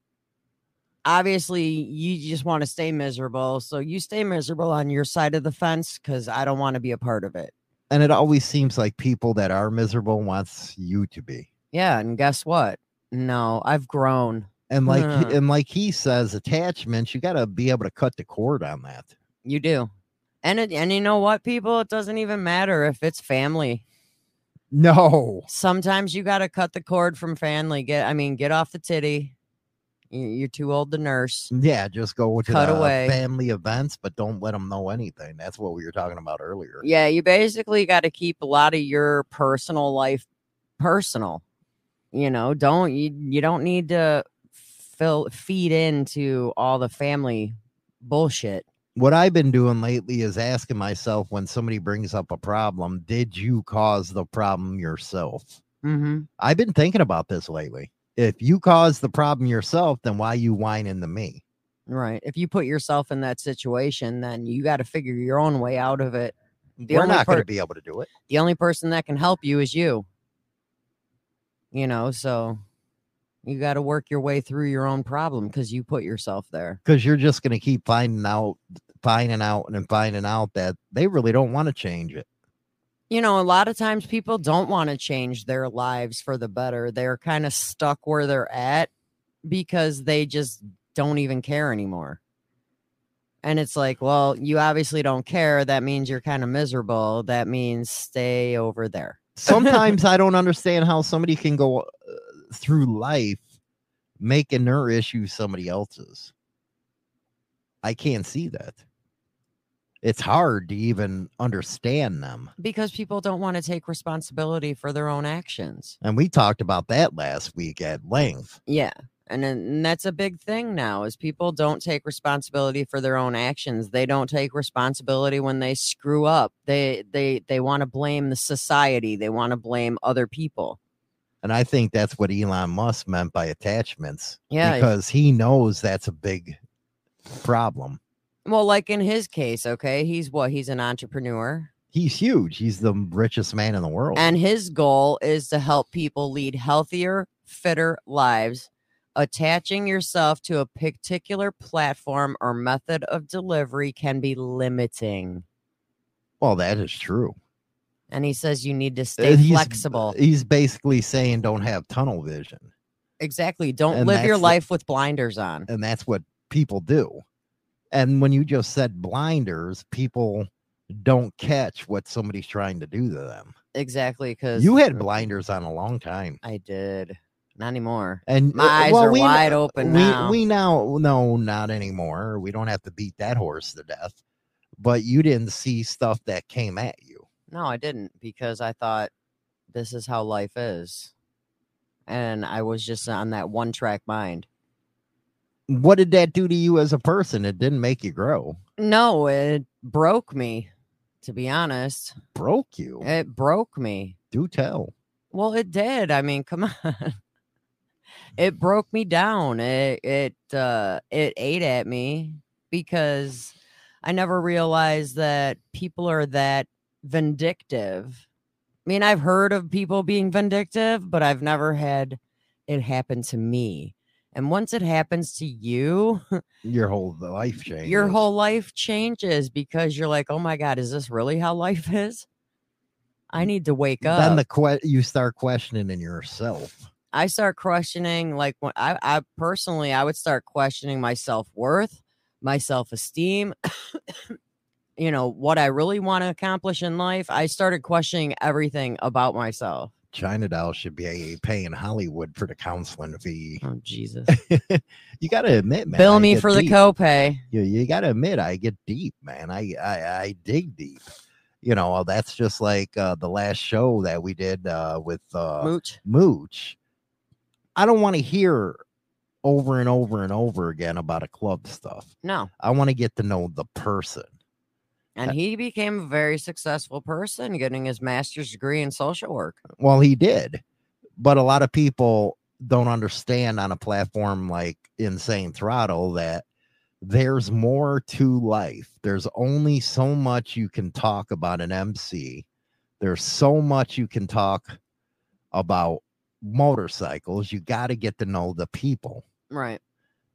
Speaker 2: obviously you just want to stay miserable. So you stay miserable on your side of the fence because I don't want to be a part of it.
Speaker 1: And it always seems like people that are miserable wants you to be.
Speaker 2: Yeah. And guess what? No, I've grown.
Speaker 1: And like
Speaker 2: Huh.
Speaker 1: and like he says, attachments, you gotta be able to cut the cord on that.
Speaker 2: You do. And it, and you know what, people? It doesn't even matter if it's family.
Speaker 1: No.
Speaker 2: Sometimes you got to cut the cord from family. Get I mean, get off the titty. You- You're too old to nurse.
Speaker 1: Yeah, just go to
Speaker 2: Cut
Speaker 1: the
Speaker 2: away.
Speaker 1: family events, but don't let them know anything. That's what we were talking about earlier.
Speaker 2: Yeah, you basically got to keep a lot of your personal life personal. You know, don't you? You don't need to fill feed into all the family bullshit.
Speaker 1: What I've been doing lately is asking myself when somebody brings up a problem, did you cause the problem yourself?
Speaker 2: Mm-hmm.
Speaker 1: I've been thinking about this lately. If you caused the problem yourself, then why you whining to me?
Speaker 2: Right. If you put yourself in that situation, then you got to figure your own way out of it. The
Speaker 1: We're
Speaker 2: only
Speaker 1: not going to
Speaker 2: part-
Speaker 1: be able to do it.
Speaker 2: The only person that can help you is you. You know, so you got to work your way through your own problem because you put yourself there.
Speaker 1: because you're just going to keep finding out, finding out, and finding out that they really don't want to change it.
Speaker 2: You know, a lot of times people don't want to change their lives for the better. They're kind of stuck where they're at because they just don't even care anymore. And it's like, well, you obviously don't care. That means you're kind of miserable. That means stay over there.
Speaker 1: Sometimes I don't understand how somebody can go uh, through life making their issue somebody else's. I can't see that. It's hard to even understand them.
Speaker 2: because people don't want to take responsibility for their own actions.
Speaker 1: And we talked about that last week at length.
Speaker 2: Yeah. And, then- and that's a big thing now is people don't take responsibility for their own actions. They don't take responsibility when they screw up. They they they want to blame the society. They want to blame other people.
Speaker 1: And I think that's what Elon Musk meant by attachments.
Speaker 2: Yeah.
Speaker 1: Because he knows that's a big problem.
Speaker 2: Well, like in his case, okay, he's what? He's an entrepreneur.
Speaker 1: He's huge. He's the richest man in the world.
Speaker 2: And his goal is to help people lead healthier, fitter lives. Attaching yourself to a particular platform or method of delivery can be limiting.
Speaker 1: Well, that is true.
Speaker 2: And he says you need to
Speaker 1: Uh,
Speaker 2: stay
Speaker 1: he's-
Speaker 2: flexible.
Speaker 1: He's basically saying don't have tunnel vision,
Speaker 2: Exactly. Don't
Speaker 1: and
Speaker 2: live your
Speaker 1: that's the-
Speaker 2: life with blinders on.
Speaker 1: and that's what people do. And when you just said blinders, people don't catch what somebody's trying to do to them.
Speaker 2: Exactly. Because
Speaker 1: You had blinders on a long time,
Speaker 2: I did. Not anymore.
Speaker 1: and
Speaker 2: My
Speaker 1: uh,
Speaker 2: eyes
Speaker 1: well,
Speaker 2: are
Speaker 1: we,
Speaker 2: wide open
Speaker 1: we
Speaker 2: now.
Speaker 1: we now no, not anymore. We don't have to beat that horse to death. But you didn't see stuff that came at you.
Speaker 2: No, I didn't because I thought this is how life is. And I was just on that one track mind.
Speaker 1: What did that do to you as a person? It didn't make you grow.
Speaker 2: No, it broke me, to be honest.
Speaker 1: Broke you.
Speaker 2: It broke me.
Speaker 1: Do tell.
Speaker 2: Well, it did. I mean, come on. It broke me down. It it uh it ate at me because I never realized that people are that vindictive. I mean, I've heard of people being vindictive, but I've never had it happen to me. And once it happens to you,
Speaker 1: Your whole life change.
Speaker 2: your whole life changes because you're like, oh my God, is this really how life is? I need to wake up.
Speaker 1: Then the que- you start questioning in yourself.
Speaker 2: I start questioning, like, when I, I personally, I would start questioning my self worth, my self esteem, you know, what I really want to accomplish in life. I started questioning everything about myself.
Speaker 1: China Doll should be paying Hollywood for the counseling fee.
Speaker 2: Oh, Jesus.
Speaker 1: you got to admit, man.
Speaker 2: Bill
Speaker 1: I
Speaker 2: me
Speaker 1: get
Speaker 2: for the
Speaker 1: deep.
Speaker 2: copay.
Speaker 1: You, you got to admit, I get deep, man. I, I I dig deep. You know, that's just like uh, the last show that we did uh, with uh,
Speaker 2: Mooch.
Speaker 1: Mooch. I don't want to hear over and over and over again about a club stuff.
Speaker 2: No.
Speaker 1: I want to get to know the person. uh,
Speaker 2: And he became a very successful person getting his master's degree in social work.
Speaker 1: Well, he did, but a lot of people don't understand on a platform like Insane Throttle that there's more to life. There's only so much you can talk about an MC. There's so much you can talk about motorcycles. You got to get to know the people.
Speaker 2: Right.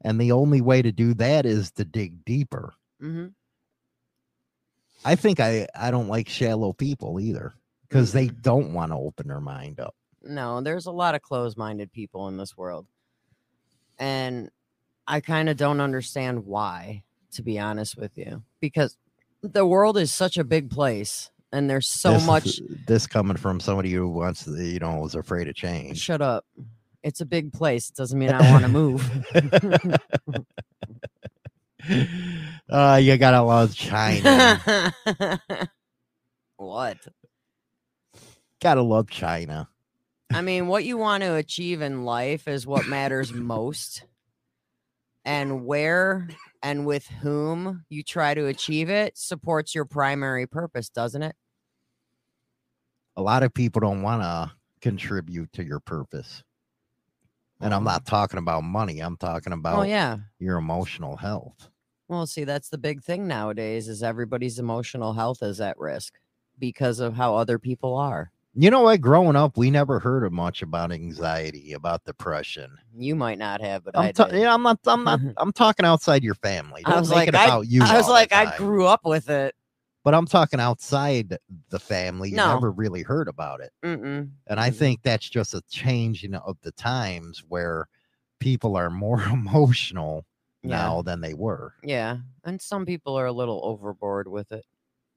Speaker 1: And the only way to do that is to dig deeper.
Speaker 2: Mm-hmm.
Speaker 1: I think I, I don't like shallow people either because they don't want to open their mind up.
Speaker 2: no, there's a lot of closed minded people in this world. and I kind of don't understand why, to be honest with you, because the world is such a big place and there's so
Speaker 1: This is-
Speaker 2: much
Speaker 1: this coming from somebody who wants, to, you know, is afraid of change.
Speaker 2: Shut up. It's a big place. It doesn't mean I want to move.
Speaker 1: uh, you gotta love China.
Speaker 2: what?
Speaker 1: gotta love China.
Speaker 2: I mean, what you want to achieve in life is what matters most. And where and with whom you try to achieve it supports your primary purpose, doesn't it?
Speaker 1: A lot of people don't want to contribute to your purpose, and I'm not talking about money. I'm talking about
Speaker 2: Oh, yeah.
Speaker 1: your emotional health.
Speaker 2: Well, see, that's the big thing nowadays is everybody's emotional health is at risk because of how other people are.
Speaker 1: You know what? Growing up, we never heard of much about anxiety, about depression.
Speaker 2: You might not have, but I
Speaker 1: I'm, ta-
Speaker 2: did.
Speaker 1: yeah, I'm not. I'm not. I'm talking outside your family.
Speaker 2: I
Speaker 1: Don't
Speaker 2: was
Speaker 1: make
Speaker 2: like,
Speaker 1: it
Speaker 2: I-
Speaker 1: about you.
Speaker 2: I was
Speaker 1: all the
Speaker 2: like, I
Speaker 1: time.
Speaker 2: grew up with it.
Speaker 1: but I'm talking outside the family. You
Speaker 2: No.
Speaker 1: never really heard about it.
Speaker 2: Mm-mm.
Speaker 1: And I
Speaker 2: Mhm.
Speaker 1: think that's just a changing of the times where people are more emotional
Speaker 2: Yeah.
Speaker 1: now than they were.
Speaker 2: Yeah. And some people are a little overboard with it.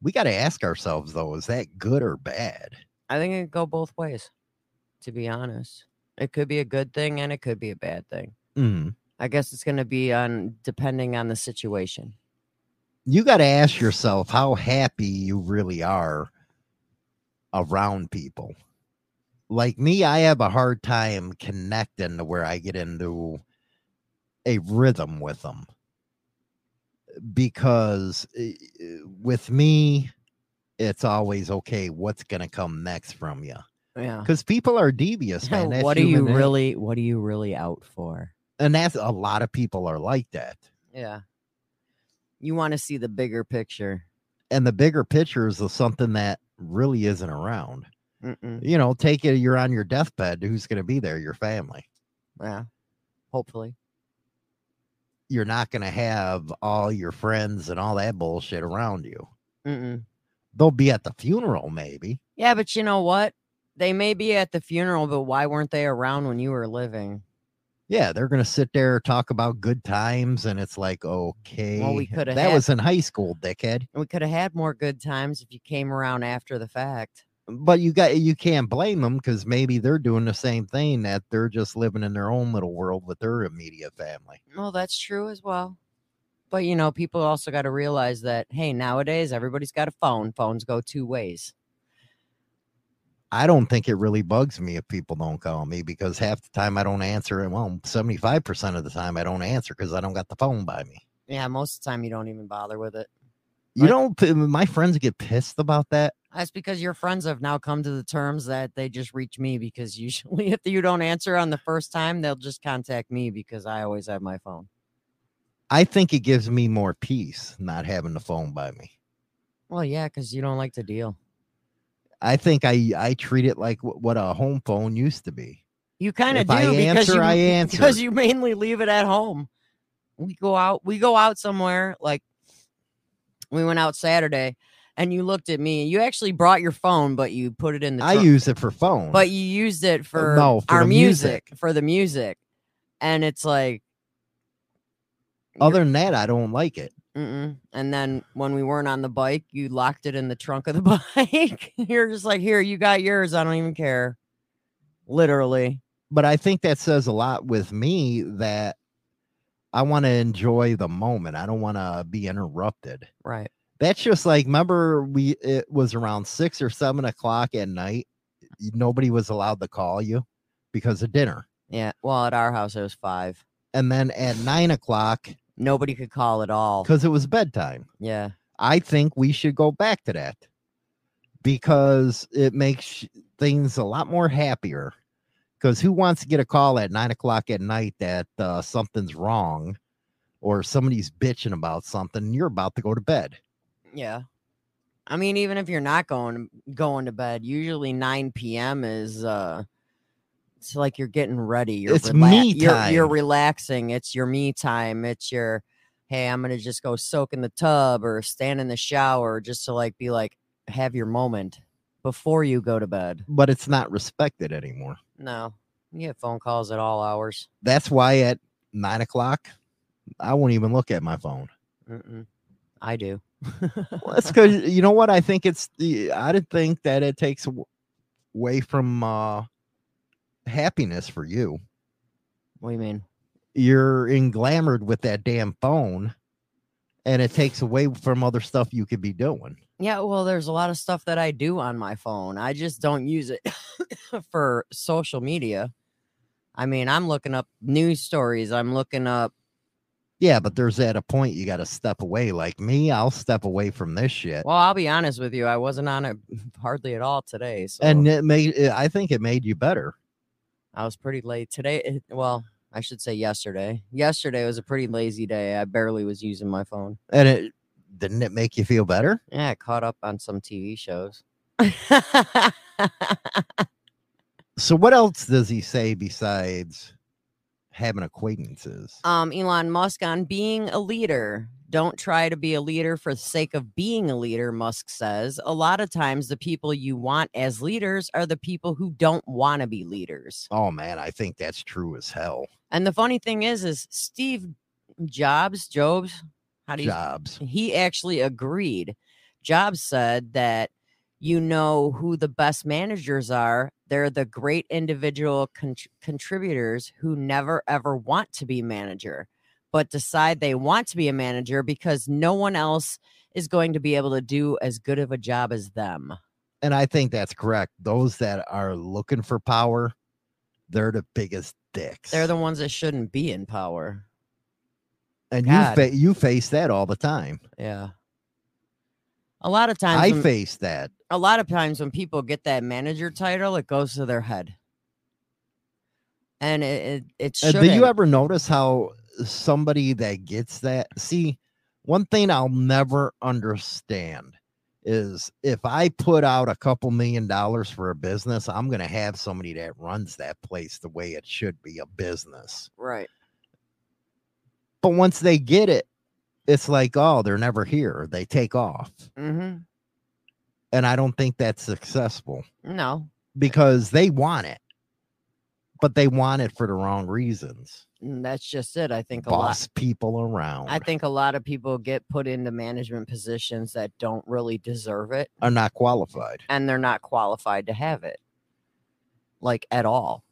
Speaker 1: We got to ask ourselves though, is that good or bad?
Speaker 2: I think it could go both ways, to be honest. It could be a good thing and it could be a bad thing.
Speaker 1: Mm.
Speaker 2: I guess it's going to be on depending on the situation.
Speaker 1: You got to ask yourself how happy you really are around people. Like me, I have a hard time connecting to where I get into a rhythm with them because eh, eh, with me, it's always okay. What's going to come next from you?
Speaker 2: Yeah.
Speaker 1: because people are devious, man. That's
Speaker 2: Uh-huh. what are you
Speaker 1: human na-
Speaker 2: really what are you really out for?
Speaker 1: And that's a lot of people are like that.
Speaker 2: Yeah. You want to see the bigger picture.
Speaker 1: And the bigger picture is of something that really isn't around.
Speaker 2: Mm-mm.
Speaker 1: You know, take it. You're on your deathbed. Who's going to be there? Your family.
Speaker 2: Yeah. Hopefully.
Speaker 1: You're not going to have all your friends and all that bullshit around you.
Speaker 2: Mm-mm.
Speaker 1: They'll be at the funeral, maybe.
Speaker 2: Yeah, but you know what? They may be at the funeral, but why weren't they around when you were living?
Speaker 1: Yeah, they're going to sit there talk about good times, and it's like, okay, that
Speaker 2: coulda had-
Speaker 1: was in high school, dickhead.
Speaker 2: We could have had more good times if you came around after the fact.
Speaker 1: but you got you can't blame them because maybe they're doing the same thing that they're just living in their own little world with their immediate family.
Speaker 2: Well, that's true as well. But you know, people also got to realize that hey, nowadays everybody's got a phone. Phones go two ways.
Speaker 1: I don't think it really bugs me if people don't call me because half the time I don't answer it. Well, seventy five percent of the time I don't answer because I don't got the phone by me.
Speaker 2: Yeah, most of the time you don't even bother with it.
Speaker 1: You
Speaker 2: Right.
Speaker 1: don't. p- My friends get pissed about that.
Speaker 2: That's because your friends have now come to the terms that they just reach me because usually if you don't answer on the first time, they'll just contact me because I always have my phone.
Speaker 1: I think it gives me more peace not having the phone by me.
Speaker 2: Well, yeah, because you don't like to deal.
Speaker 1: I think I I treat it like wh- what a home phone used to be.
Speaker 2: You kind of
Speaker 1: If
Speaker 2: do
Speaker 1: I
Speaker 2: because
Speaker 1: answer,
Speaker 2: you,
Speaker 1: I answer.
Speaker 2: because you mainly leave it at home. We go out, we go out somewhere. Like we went out Saturday, and you looked at me. You actually brought your phone, but you put it in the.
Speaker 1: I
Speaker 2: trunk,
Speaker 1: use it for phone.
Speaker 2: but you used it for
Speaker 1: no, for
Speaker 2: our
Speaker 1: the
Speaker 2: music,
Speaker 1: music.
Speaker 2: for the music, and it's like. you're-
Speaker 1: other than that, I don't like it.
Speaker 2: Mm-mm. And then when we weren't on the bike, you locked it in the trunk of the bike. You're just like, here, you got yours. I don't even care. Literally.
Speaker 1: but I think that says a lot with me that I want to enjoy the moment. I don't want to be interrupted.
Speaker 2: Right.
Speaker 1: That's just like remember we it was around six or seven o'clock at night. y- Nobody was allowed to call you because of dinner,
Speaker 2: Yeah. Well, at our house, it was five.
Speaker 1: and then at nine o'clock
Speaker 2: Nobody could call at all.
Speaker 1: because it was bedtime.
Speaker 2: Yeah.
Speaker 1: I think we should go back to that because it makes things a lot more happier. Because who wants to get a call at nine o'clock at night that uh, something's wrong or somebody's bitching about something? And you're about to go to bed.
Speaker 2: Yeah. I mean, even if you're not going going to bed, usually 9 p.m. is uh it's like you're getting ready. You're
Speaker 1: It's
Speaker 2: rela-
Speaker 1: me
Speaker 2: You're, you're
Speaker 1: time.
Speaker 2: relaxing. It's your me time. It's your hey, I'm gonna just go soak in the tub or stand in the shower just to like be like have your moment before you go to bed.
Speaker 1: But it's not respected anymore.
Speaker 2: No. You get phone calls at all hours.
Speaker 1: That's why at nine o'clock, I won't even look at my phone.
Speaker 2: Mm-mm. I do.
Speaker 1: Well, that's because you know what? I think it's the I didn't think that it takes aw- away from uh, happiness for you.
Speaker 2: What do you mean?
Speaker 1: You're englamored with that damn phone, and it takes away from other stuff you could be doing.
Speaker 2: Yeah, well, there's a lot of stuff that I do on my phone. I just don't use it for social media. I mean, I'm looking up news stories. I'm looking up.
Speaker 1: Yeah, but there's at a point you got to step away. Like me, I'll step away from this shit.
Speaker 2: Well, I'll be honest with you. I wasn't on it hardly at all today. So
Speaker 1: and it made it- I think it made you better.
Speaker 2: I was pretty late today. it- Well, I should say yesterday. Yesterday was a pretty lazy day. I barely was using my phone.
Speaker 1: And it didn't it make you feel better?
Speaker 2: Yeah, I caught up on some TV shows.
Speaker 1: So what else does he say besides having acquaintances?
Speaker 2: um, Elon Musk on being a leader. Don't try to be a leader for the sake of being a leader, Musk says. A lot of times, the people you want as leaders are the people who don't want to be leaders.
Speaker 1: Oh man, I think that's true as hell.
Speaker 2: And the funny thing is, is Steve Jobs, Jobs, how do you
Speaker 1: Jobs.
Speaker 2: he actually agreed. Jobs said that you know who the best managers are. They're the great individual con- contributors who never ever want to be manager, but decide they want to be a manager because no one else is going to be able to do as good of a job as them.
Speaker 1: And I think that's correct. Those that are looking for power, they're the biggest dicks.
Speaker 2: They're the ones that shouldn't be in power.
Speaker 1: and you
Speaker 2: God.
Speaker 1: fa- you face that all the time.
Speaker 2: Yeah. A lot of times,
Speaker 1: I
Speaker 2: when-
Speaker 1: face that.
Speaker 2: a lot of times when people get that manager title, it goes to their head. And it it, it
Speaker 1: Uh,
Speaker 2: should
Speaker 1: Did you ever notice how somebody that gets that? See, one thing I'll never understand is if I put out a couple million dollars for a business, I'm going to have somebody that runs that place the way it should be a business.
Speaker 2: right.
Speaker 1: But once they get it, it's like, oh, they're never here. They take off.
Speaker 2: hmm
Speaker 1: And I don't think that's successful
Speaker 2: No,
Speaker 1: because they want it, but they want it for the wrong reasons.
Speaker 2: mm, that's just it. I think a
Speaker 1: Boss people around.
Speaker 2: lot. I think a lot of people get put into management positions that don't really deserve it,
Speaker 1: are not qualified.
Speaker 2: and they're not qualified to have it, like at all.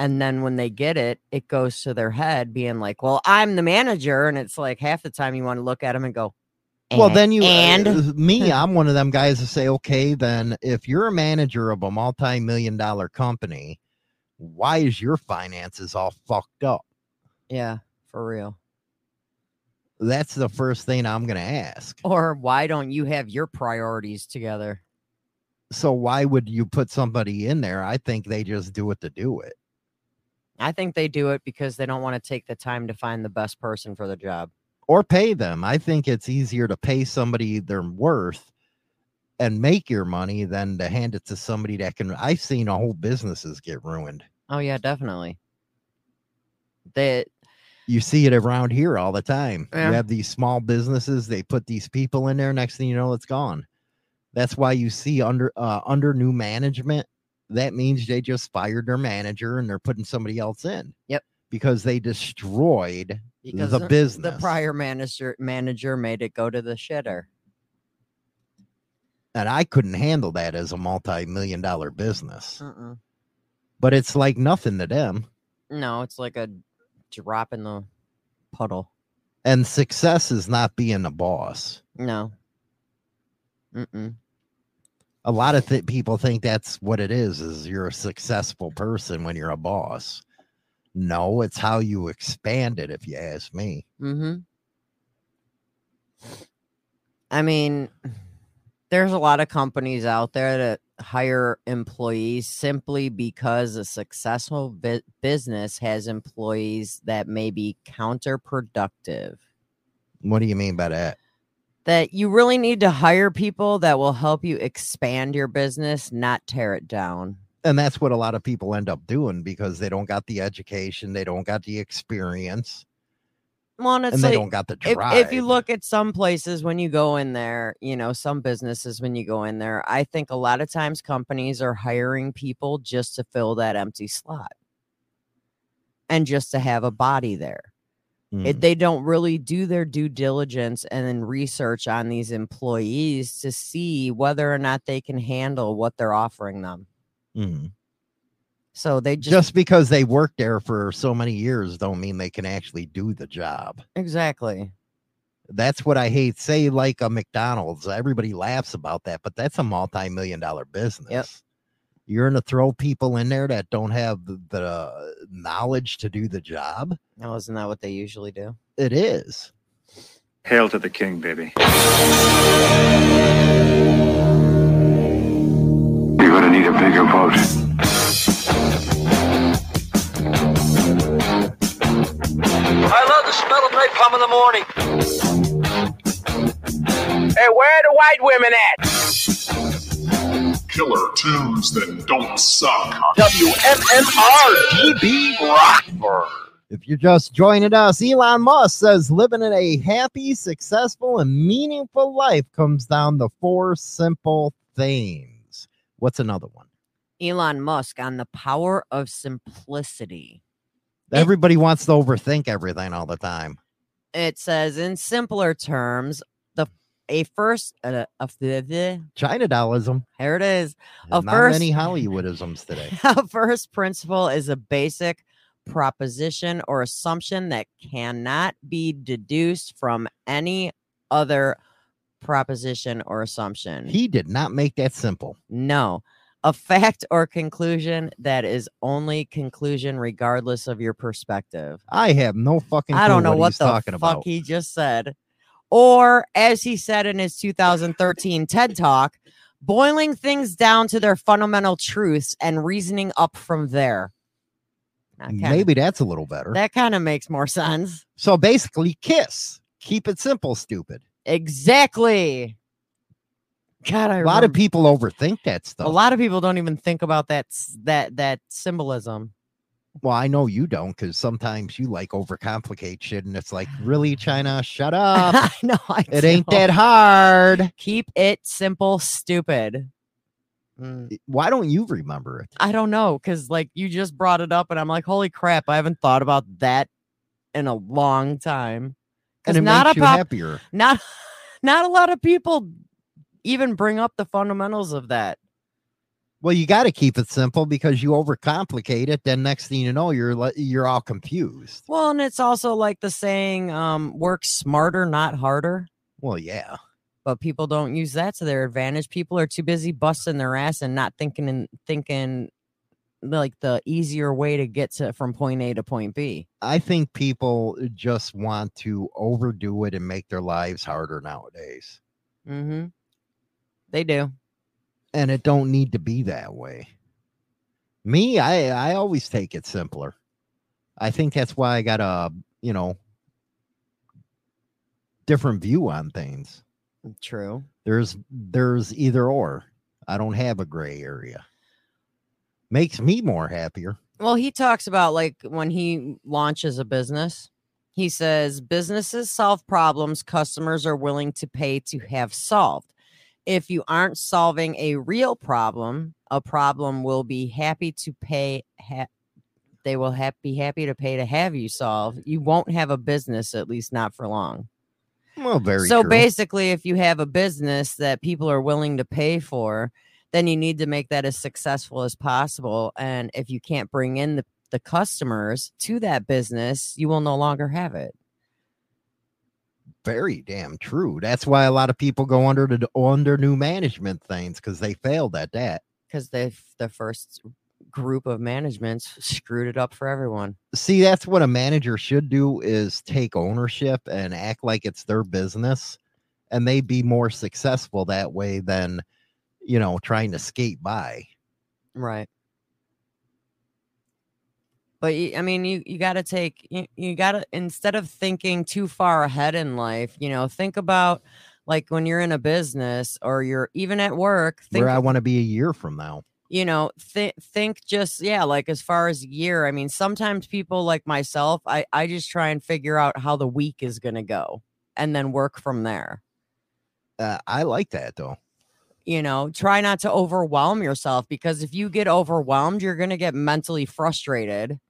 Speaker 2: And then when they get it, it goes to their head, being like, "Well, I'm the manager," and it's like half the time you want to look at them and go,
Speaker 1: well
Speaker 2: "And-
Speaker 1: then you
Speaker 2: and
Speaker 1: uh, me i'm one of them guys that say okay then if you're a manager of a multi-million dollar company why is your finances all fucked up
Speaker 2: yeah, for real."
Speaker 1: that's the first thing i'm gonna ask
Speaker 2: Or why don't you have your priorities together?
Speaker 1: so why would you put somebody in there i think they just do it to do it
Speaker 2: I think they do it because they don't want to take the time to find the best person for the job.
Speaker 1: or pay them i think it's easier to pay somebody their worth and make your money than to hand it to somebody that can i've seen whole businesses get ruined
Speaker 2: Oh yeah, definitely. They
Speaker 1: you see it around here all the time.
Speaker 2: Yeah.
Speaker 1: You have these small businesses, they put these people in there. Next thing you know, it's gone. That's why you see under uh, under new management. That means they just fired their manager and they're putting somebody else in.
Speaker 2: Yep.
Speaker 1: Because they destroyed.
Speaker 2: because
Speaker 1: The
Speaker 2: the
Speaker 1: business.
Speaker 2: prior manager manager made it go to the shitter.
Speaker 1: And I couldn't handle that as a multi million dollar business.
Speaker 2: Uh.
Speaker 1: But it's like nothing to them.
Speaker 2: No, it's like a drop in the puddle.
Speaker 1: And success is not being a boss.
Speaker 2: No. Mm-mm.
Speaker 1: a lot of th- people think that's what it is is you're a successful person when you're a boss no it's how you expand it if you ask me
Speaker 2: Mm-hmm. I mean, there's a lot of companies out there that hire employees simply because a successful bu- business has employees that may be counterproductive.
Speaker 1: what do you mean by that
Speaker 2: That you really need to hire people that will help you expand your business, not tear it down.
Speaker 1: and that's what a lot of people end up doing because they don't got the education they don't got the experience
Speaker 2: Well, and it's
Speaker 1: and
Speaker 2: like,
Speaker 1: they don't got the
Speaker 2: if,
Speaker 1: drive
Speaker 2: if you look at some places when you go in there, you know, some businesses when you go in there, I think a lot of times companies are hiring people just to fill that empty slot. and just to have a body there. It,
Speaker 1: Mhm.
Speaker 2: they don't really do their due diligence and then research on these employees to see whether or not they can handle what they're offering them.
Speaker 1: Mhm.
Speaker 2: So they
Speaker 1: Just,
Speaker 2: just,
Speaker 1: because they worked there for so many years don't mean they can actually do the job.
Speaker 2: exactly.
Speaker 1: That's what I hate. Say like a McDonald's, everybody laughs about that, but that's a multi-million dollar business. You're going to throw people in there that don't have the, the knowledge to do the job.
Speaker 2: Now isn't that what they usually do?
Speaker 1: It is.
Speaker 7: Hail to the king, baby.
Speaker 8: You're gonna need a bigger boat.
Speaker 9: I love the smell of napalm in the morning. Hey, where are the white women at?
Speaker 10: Killer tunes that don't suck.
Speaker 6: WMMR DB Rockford.
Speaker 1: If you're just joining us, Elon Musk says living in a happy, successful, and meaningful life comes down to four simple things. What's another one?
Speaker 2: Elon Musk on the power of simplicity.
Speaker 1: Everybody wants to overthink everything all the time.
Speaker 2: It says in simpler terms, the a first uh, of the, the
Speaker 1: China dollism.
Speaker 2: here it is.
Speaker 1: Not
Speaker 2: Of course.
Speaker 1: many Hollywoodisms today.
Speaker 2: A first principle is a basic proposition or assumption that cannot be deduced from any other proposition or assumption.
Speaker 1: He did not make that simple.
Speaker 2: no. A fact or conclusion that is only conclusion regardless of your perspective.
Speaker 1: I have no fucking.
Speaker 2: I don't
Speaker 1: clue
Speaker 2: know what,
Speaker 1: he's
Speaker 2: the
Speaker 1: talking
Speaker 2: fuck
Speaker 1: about.
Speaker 2: he just said. Or as he said in his 2013 TED Talk, boiling things down to their fundamental truths and reasoning up from there. That kinda-
Speaker 1: Maybe that's a little better.
Speaker 2: that kind of makes more sense.
Speaker 1: so basically, kiss. Keep it simple, stupid.
Speaker 2: Exactly. God, I
Speaker 1: A lot of
Speaker 2: remember-
Speaker 1: people overthink that stuff.
Speaker 2: a lot of people don't even think about that s- that that symbolism.
Speaker 1: Well, I know you don't because sometimes you like overcomplicate shit, and it's like, really, China, shut up.
Speaker 2: I know. I
Speaker 1: Uh, it ain't
Speaker 2: do.
Speaker 1: that hard.
Speaker 2: Keep it simple, stupid. Mm.
Speaker 1: Why don't you remember it?
Speaker 2: I don't know because like you just brought it up, and I'm like, holy crap, I haven't thought about that in a long time.
Speaker 1: And
Speaker 2: Because
Speaker 1: it
Speaker 2: not
Speaker 1: makes
Speaker 2: a
Speaker 1: you
Speaker 2: pop,
Speaker 1: happier.
Speaker 2: not not a lot of people even bring up the fundamentals of that.
Speaker 1: Well, you got to keep it simple because you overcomplicate it. Then next thing you know, you're le- you're all confused.
Speaker 2: Well, and it's also like the saying, um, "Work smarter, not harder."
Speaker 1: Well, yeah,
Speaker 2: But people don't use that to their advantage. People are too busy busting their ass and not thinking and thinking like the easier way to get to from point A to point B.
Speaker 1: I think people just want to overdo it and make their lives harder nowadays,
Speaker 2: Mm-hmm. They do.
Speaker 1: and it don't need to be that way. Me, I I always take it simpler. I think that's why I got a you know different view on things.
Speaker 2: True.
Speaker 1: There's there's either or. I don't have a gray area. Makes me more happier.
Speaker 2: Well, he talks about like when he launches a business, he says businesses solve problems customers are willing to pay to have solved. If you aren't solving a real problem, a problem will be happy to pay. Ha- they will ha- be happy to pay to have you solve. You won't have a business, at least not for long.
Speaker 1: Well, very
Speaker 2: so
Speaker 1: true.
Speaker 2: basically, if you have a business that people are willing to pay for, then you need to make that as successful as possible. And if you can't bring in the, the customers to that business, you will no longer have it.
Speaker 1: very damn true. That's why a lot of people go under the under new management things because they failed at that.
Speaker 2: Because the the first group of managements screwed it up for everyone.
Speaker 1: See, that's what a manager should do is take ownership and act like it's their business, and they be more successful that way than you know trying to skate by.
Speaker 2: Right. But you, I mean, you, you got to take, you, you got to, instead of thinking too far ahead in life, you know, think about like when you're in a business or you're even at work, think,
Speaker 1: Where I want to be a year from now.
Speaker 2: you know, th- think just, yeah, like as far as year. I mean, sometimes people like myself, I, I just try and figure out how the week is going to go and then work from there.
Speaker 1: Uh, I like that though.
Speaker 2: you know, try not to overwhelm yourself because if you get overwhelmed, you're going to get mentally frustrated.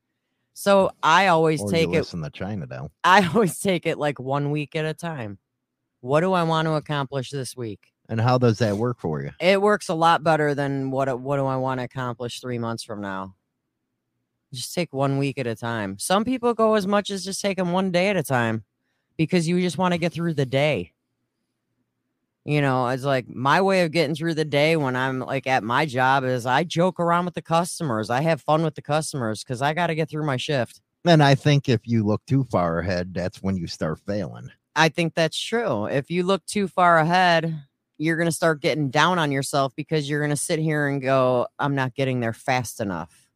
Speaker 2: So I always
Speaker 1: Or
Speaker 2: take
Speaker 1: you
Speaker 2: it
Speaker 1: listen to China Down.
Speaker 2: I always take it like one week at a time. What do I want to accomplish this week?
Speaker 1: And how does that work for you?
Speaker 2: It works a lot better than what it- what do I want to accomplish 3 months from now. Just take one week at a time. Some people go as much as just taking one day at a time because you just want to get through the day. You know, it's like my way of getting through the day when I'm like at my job is I joke around with the customers. I have fun with the customers cuz I got to get through my shift.
Speaker 1: And I think if you look too far ahead, that's when you start failing.
Speaker 2: I think that's true. If you look too far ahead, you're going to start getting down on yourself because you're going to sit here and go, I'm not getting there fast enough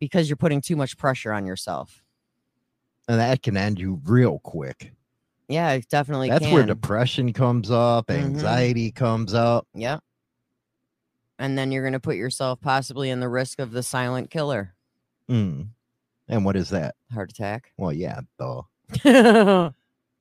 Speaker 2: because you're putting too much pressure on yourself.
Speaker 1: And that can end you real quick.
Speaker 2: Yeah, it definitely
Speaker 1: that's
Speaker 2: can.
Speaker 1: where depression comes up,
Speaker 2: Mhm.
Speaker 1: anxiety comes up.
Speaker 2: yeah. And then you're going to put yourself possibly in the risk of the silent killer
Speaker 1: Mm. And what is that?
Speaker 2: heart attack.
Speaker 1: Well, yeah, the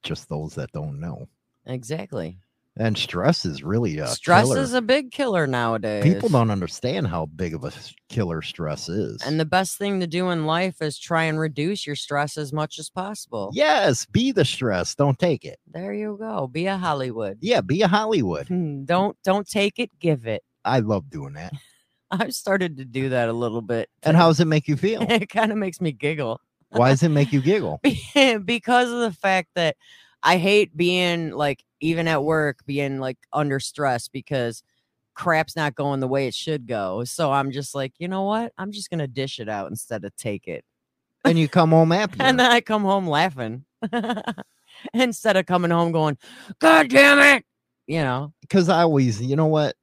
Speaker 1: just those that don't know.
Speaker 2: exactly.
Speaker 1: And stress is really a
Speaker 2: Stress
Speaker 1: killer.
Speaker 2: is a big killer nowadays.
Speaker 1: People don't understand how big of a s- killer stress is.
Speaker 2: And the best thing to do in life is try and reduce your stress as much as possible.
Speaker 1: yes, be the stress. Don't take it.
Speaker 2: There you go. Be a Hollywood.
Speaker 1: Yeah, be a Hollywood.
Speaker 2: Hmm, Don't don't take it, give it.
Speaker 1: I love doing that.
Speaker 2: I've started to do that a little bit.
Speaker 1: And how does it make you feel?
Speaker 2: it kind of makes me giggle
Speaker 1: Why does it make you giggle?
Speaker 2: because of the fact that I hate being like even at work being like under stress because crap's not going the way it should go. So I'm just like, you know what? I'm just gonna dish it out instead of take it.
Speaker 1: And you come home happier.
Speaker 2: And then I come home laughing instead of coming home going, God damn it. You know,
Speaker 1: because I always, you know what?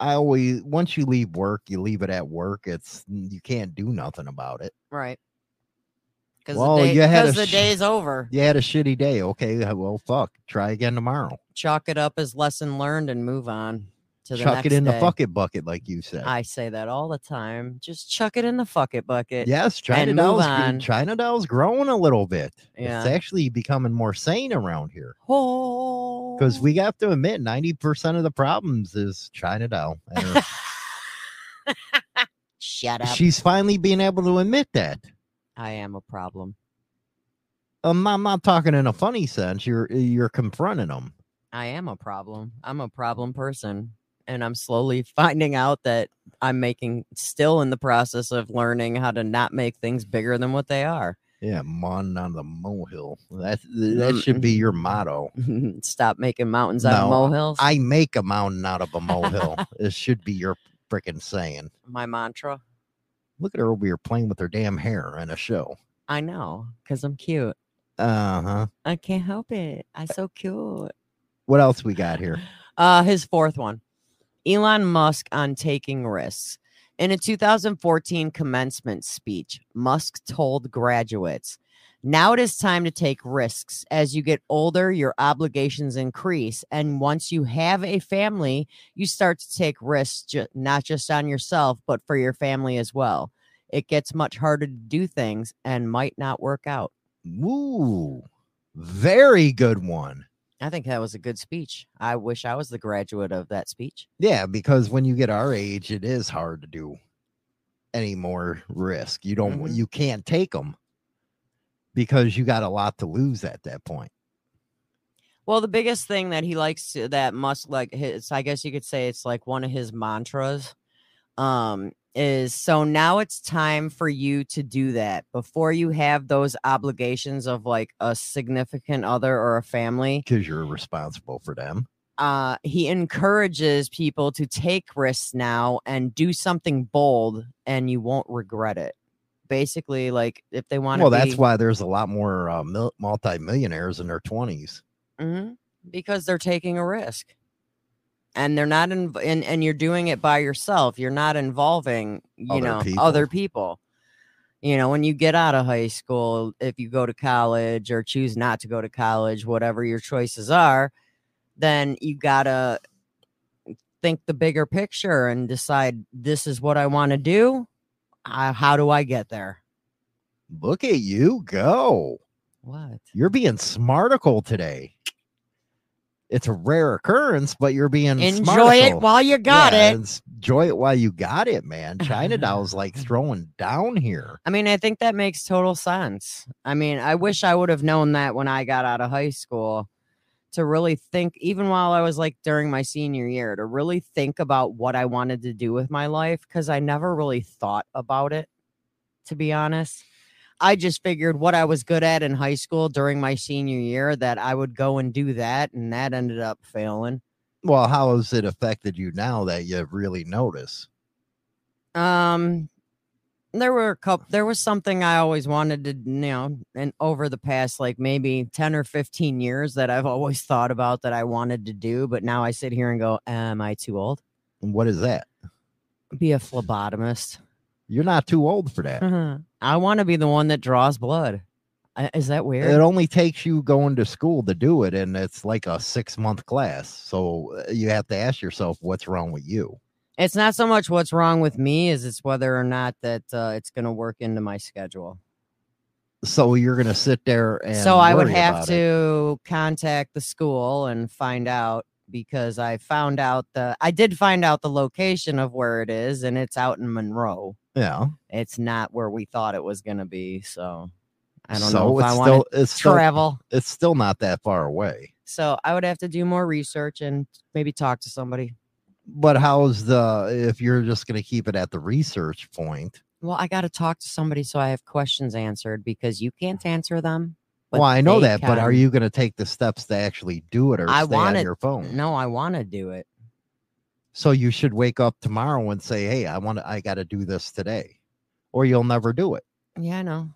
Speaker 1: I always once you leave work, you leave it at work. It's you can't do nothing about it.
Speaker 2: right. Because
Speaker 1: Well,
Speaker 2: the, day,
Speaker 1: you had a
Speaker 2: 'cause the
Speaker 1: sh-
Speaker 2: day's over.
Speaker 1: You had a shitty day. Okay, uh, well, fuck. Try again tomorrow.
Speaker 2: Chalk it up as lesson learned and move on to the
Speaker 1: Chuck
Speaker 2: next
Speaker 1: it in
Speaker 2: day.
Speaker 1: the fuck it bucket, like you said.
Speaker 2: I say that all the time. Just chuck it in the fuck it bucket.
Speaker 1: yes, China
Speaker 2: and move
Speaker 1: Doll's
Speaker 2: on.
Speaker 1: China Doll's growing a little bit.
Speaker 2: Yeah.
Speaker 1: It's actually becoming more sane around here.
Speaker 2: Oh.
Speaker 1: Because we have to admit, ninety percent of the problems is China Doll. and her-
Speaker 2: shut up.
Speaker 1: she's finally being able to admit that.
Speaker 2: I am a problem.
Speaker 1: Um, I'm not talking in a funny sense. You're you're confronting them.
Speaker 2: I am a problem. I'm a problem person. And I'm slowly finding out that I'm making still in the process of learning how to not make things bigger than what they are.
Speaker 1: Yeah, Mon on the Molehill. That that should
Speaker 2: Mm-hmm.
Speaker 1: be your motto.
Speaker 2: Stop making mountains out
Speaker 1: No,
Speaker 2: of molehills.
Speaker 1: I make a mountain out of a molehill. it should be your freaking saying.
Speaker 2: My mantra.
Speaker 1: Look at her over here playing with her damn hair in a show.
Speaker 2: I know, because I'm cute.
Speaker 1: Uh huh.
Speaker 2: I can't help it. I'm so cute.
Speaker 1: What else we got here?
Speaker 2: Uh, his fourth one Elon Musk on taking risks. In a 2014 commencement speech, Musk told graduates, Now it is time to take risks. As you get older, your obligations increase. And once you have a family, you start to take risks, ju- not just on yourself, but for your family as well. It gets much harder to do things and might not work out.
Speaker 1: Ooh, very good one.
Speaker 2: I think that was a good speech. I wish I was the graduate of that speech.
Speaker 1: Yeah, because when you get our age, it is hard to do any more risk. You don't.
Speaker 2: Mhm.
Speaker 1: You can't take them because you got a lot to lose at that point.
Speaker 2: Well, the biggest thing that he likes to, that Musk like his, I guess you could say it's like one of his mantras, um, is so now it's time for you to do that before you have those obligations of like a significant other or a family
Speaker 1: Because you're responsible for them.
Speaker 2: uh, he encourages people to take risks now and do something bold and you won't regret it basically like if they want to
Speaker 1: Well, that's why there's a lot more uh, mil- multimillionaires in their 20s. Mm-hmm.
Speaker 2: because they're taking a risk and they're not in and, and you're doing it by yourself you're not involving you
Speaker 1: Other
Speaker 2: know
Speaker 1: people.
Speaker 2: other people you know when you get out of high school if you go to college or choose not to go to college whatever your choices are then you gotta think the bigger picture and decide this is what i want to do I, how do i get there
Speaker 1: Look at you go.
Speaker 2: what
Speaker 1: You're being smarticle today. it's a rare occurrence, but you're being
Speaker 2: Enjoy it
Speaker 1: smarticle.
Speaker 2: while you got
Speaker 1: Yeah,
Speaker 2: it. Mm-hmm.
Speaker 1: it's- Enjoy it while you got it, man. Chinatown's like throwing down here.
Speaker 2: I mean, I think that makes total sense. I mean, I wish I would have known that when I got out of high school to really think, even while I was like during my senior year, to really think about what I wanted to do with my life because I never really thought about it, to be honest. I just figured what I was good at in high school during my senior year that I would go and do that, and that ended up failing.
Speaker 1: Well, how has it affected you now that you really notice?
Speaker 2: Um, there were a couple. There was something I always wanted to, you know, and over the past like maybe ten or fifteen years that I've always thought about that I wanted to do, but now I sit here and go, "Am I too old?
Speaker 1: And what is that?
Speaker 2: Be a phlebotomist?
Speaker 1: You're not too old for
Speaker 2: Mm-hmm.
Speaker 1: that.
Speaker 2: I want to be the one that draws blood. I, is that weird?
Speaker 1: It only takes you going to school to do it, and it's like a six month class. So uh, you have to ask yourself, what's wrong with you?
Speaker 2: it's not so much what's wrong with me as it's whether or not that uh, it's going to work into my schedule.
Speaker 1: So you're gonna sit there and
Speaker 2: so I would
Speaker 1: worry
Speaker 2: have
Speaker 1: about
Speaker 2: to
Speaker 1: it.
Speaker 2: contact the school and find out because I found out the I did find out the location of where it is and it's out in Monroe.
Speaker 1: yeah.
Speaker 2: It's not where we thought it was going to be, so I don't
Speaker 1: So
Speaker 2: know if I
Speaker 1: it's
Speaker 2: want
Speaker 1: still-
Speaker 2: to
Speaker 1: it's still-
Speaker 2: travel.
Speaker 1: It's still not that far away.
Speaker 2: so I would have to do more research and maybe talk to somebody.
Speaker 1: But how's the if you're just gonna keep it at the research point?
Speaker 2: Well, I got to talk to somebody so I have questions answered because you can't answer them. but
Speaker 1: well, I know
Speaker 2: they
Speaker 1: that, but are
Speaker 2: can.
Speaker 1: you gonna take the steps to actually do it or
Speaker 2: I
Speaker 1: stay
Speaker 2: want
Speaker 1: on
Speaker 2: it.
Speaker 1: your phone?
Speaker 2: No, I want to do it.
Speaker 1: So you should wake up tomorrow and say, Hey, I want to I gotta do this today. Or you'll never do it.
Speaker 2: Yeah, I know.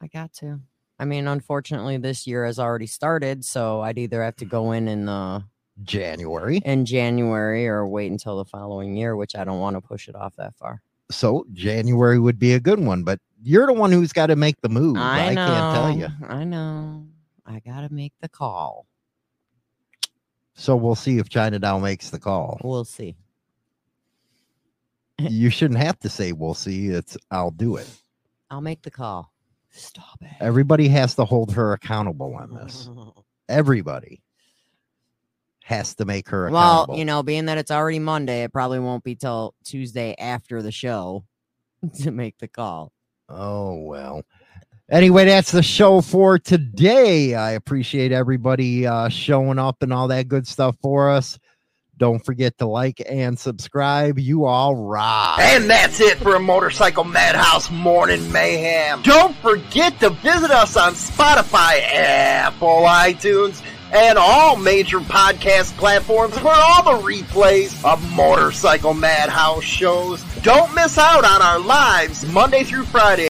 Speaker 2: I got to. I mean, unfortunately, this year has already started, so I'd either have to go in in uh,
Speaker 1: January.
Speaker 2: in January or wait until the following year, which I don't want to push it off that far.
Speaker 1: So January would be a good one, but you're the one who's got to make the move.
Speaker 2: I, know.
Speaker 1: can't tell you.
Speaker 2: I know. I gotta make the call.
Speaker 1: So we'll see if Chinatown makes the call.
Speaker 2: We'll see.
Speaker 1: you shouldn't have to say we'll see. It's I'll do it.
Speaker 2: I'll make the call. Stop it.
Speaker 1: Everybody has to hold her accountable on
Speaker 2: Mm-hmm.
Speaker 1: this. Everybody has to make her
Speaker 2: Well,
Speaker 1: accountable.
Speaker 2: you know, being that it's already Monday, it probably won't be till Tuesday after the show to make the call.
Speaker 1: Oh, well. Anyway, that's the show for today. I appreciate everybody uh, showing up and all that good stuff for us. Don't forget to like and subscribe. You all rock.
Speaker 6: And that's it for a Motorcycle Madhouse Morning Mayhem. Don't forget to visit us on Spotify, Apple, iTunes, and all major podcast platforms for all the replays of Motorcycle Madhouse shows. Don't miss out on our lives Monday through Friday.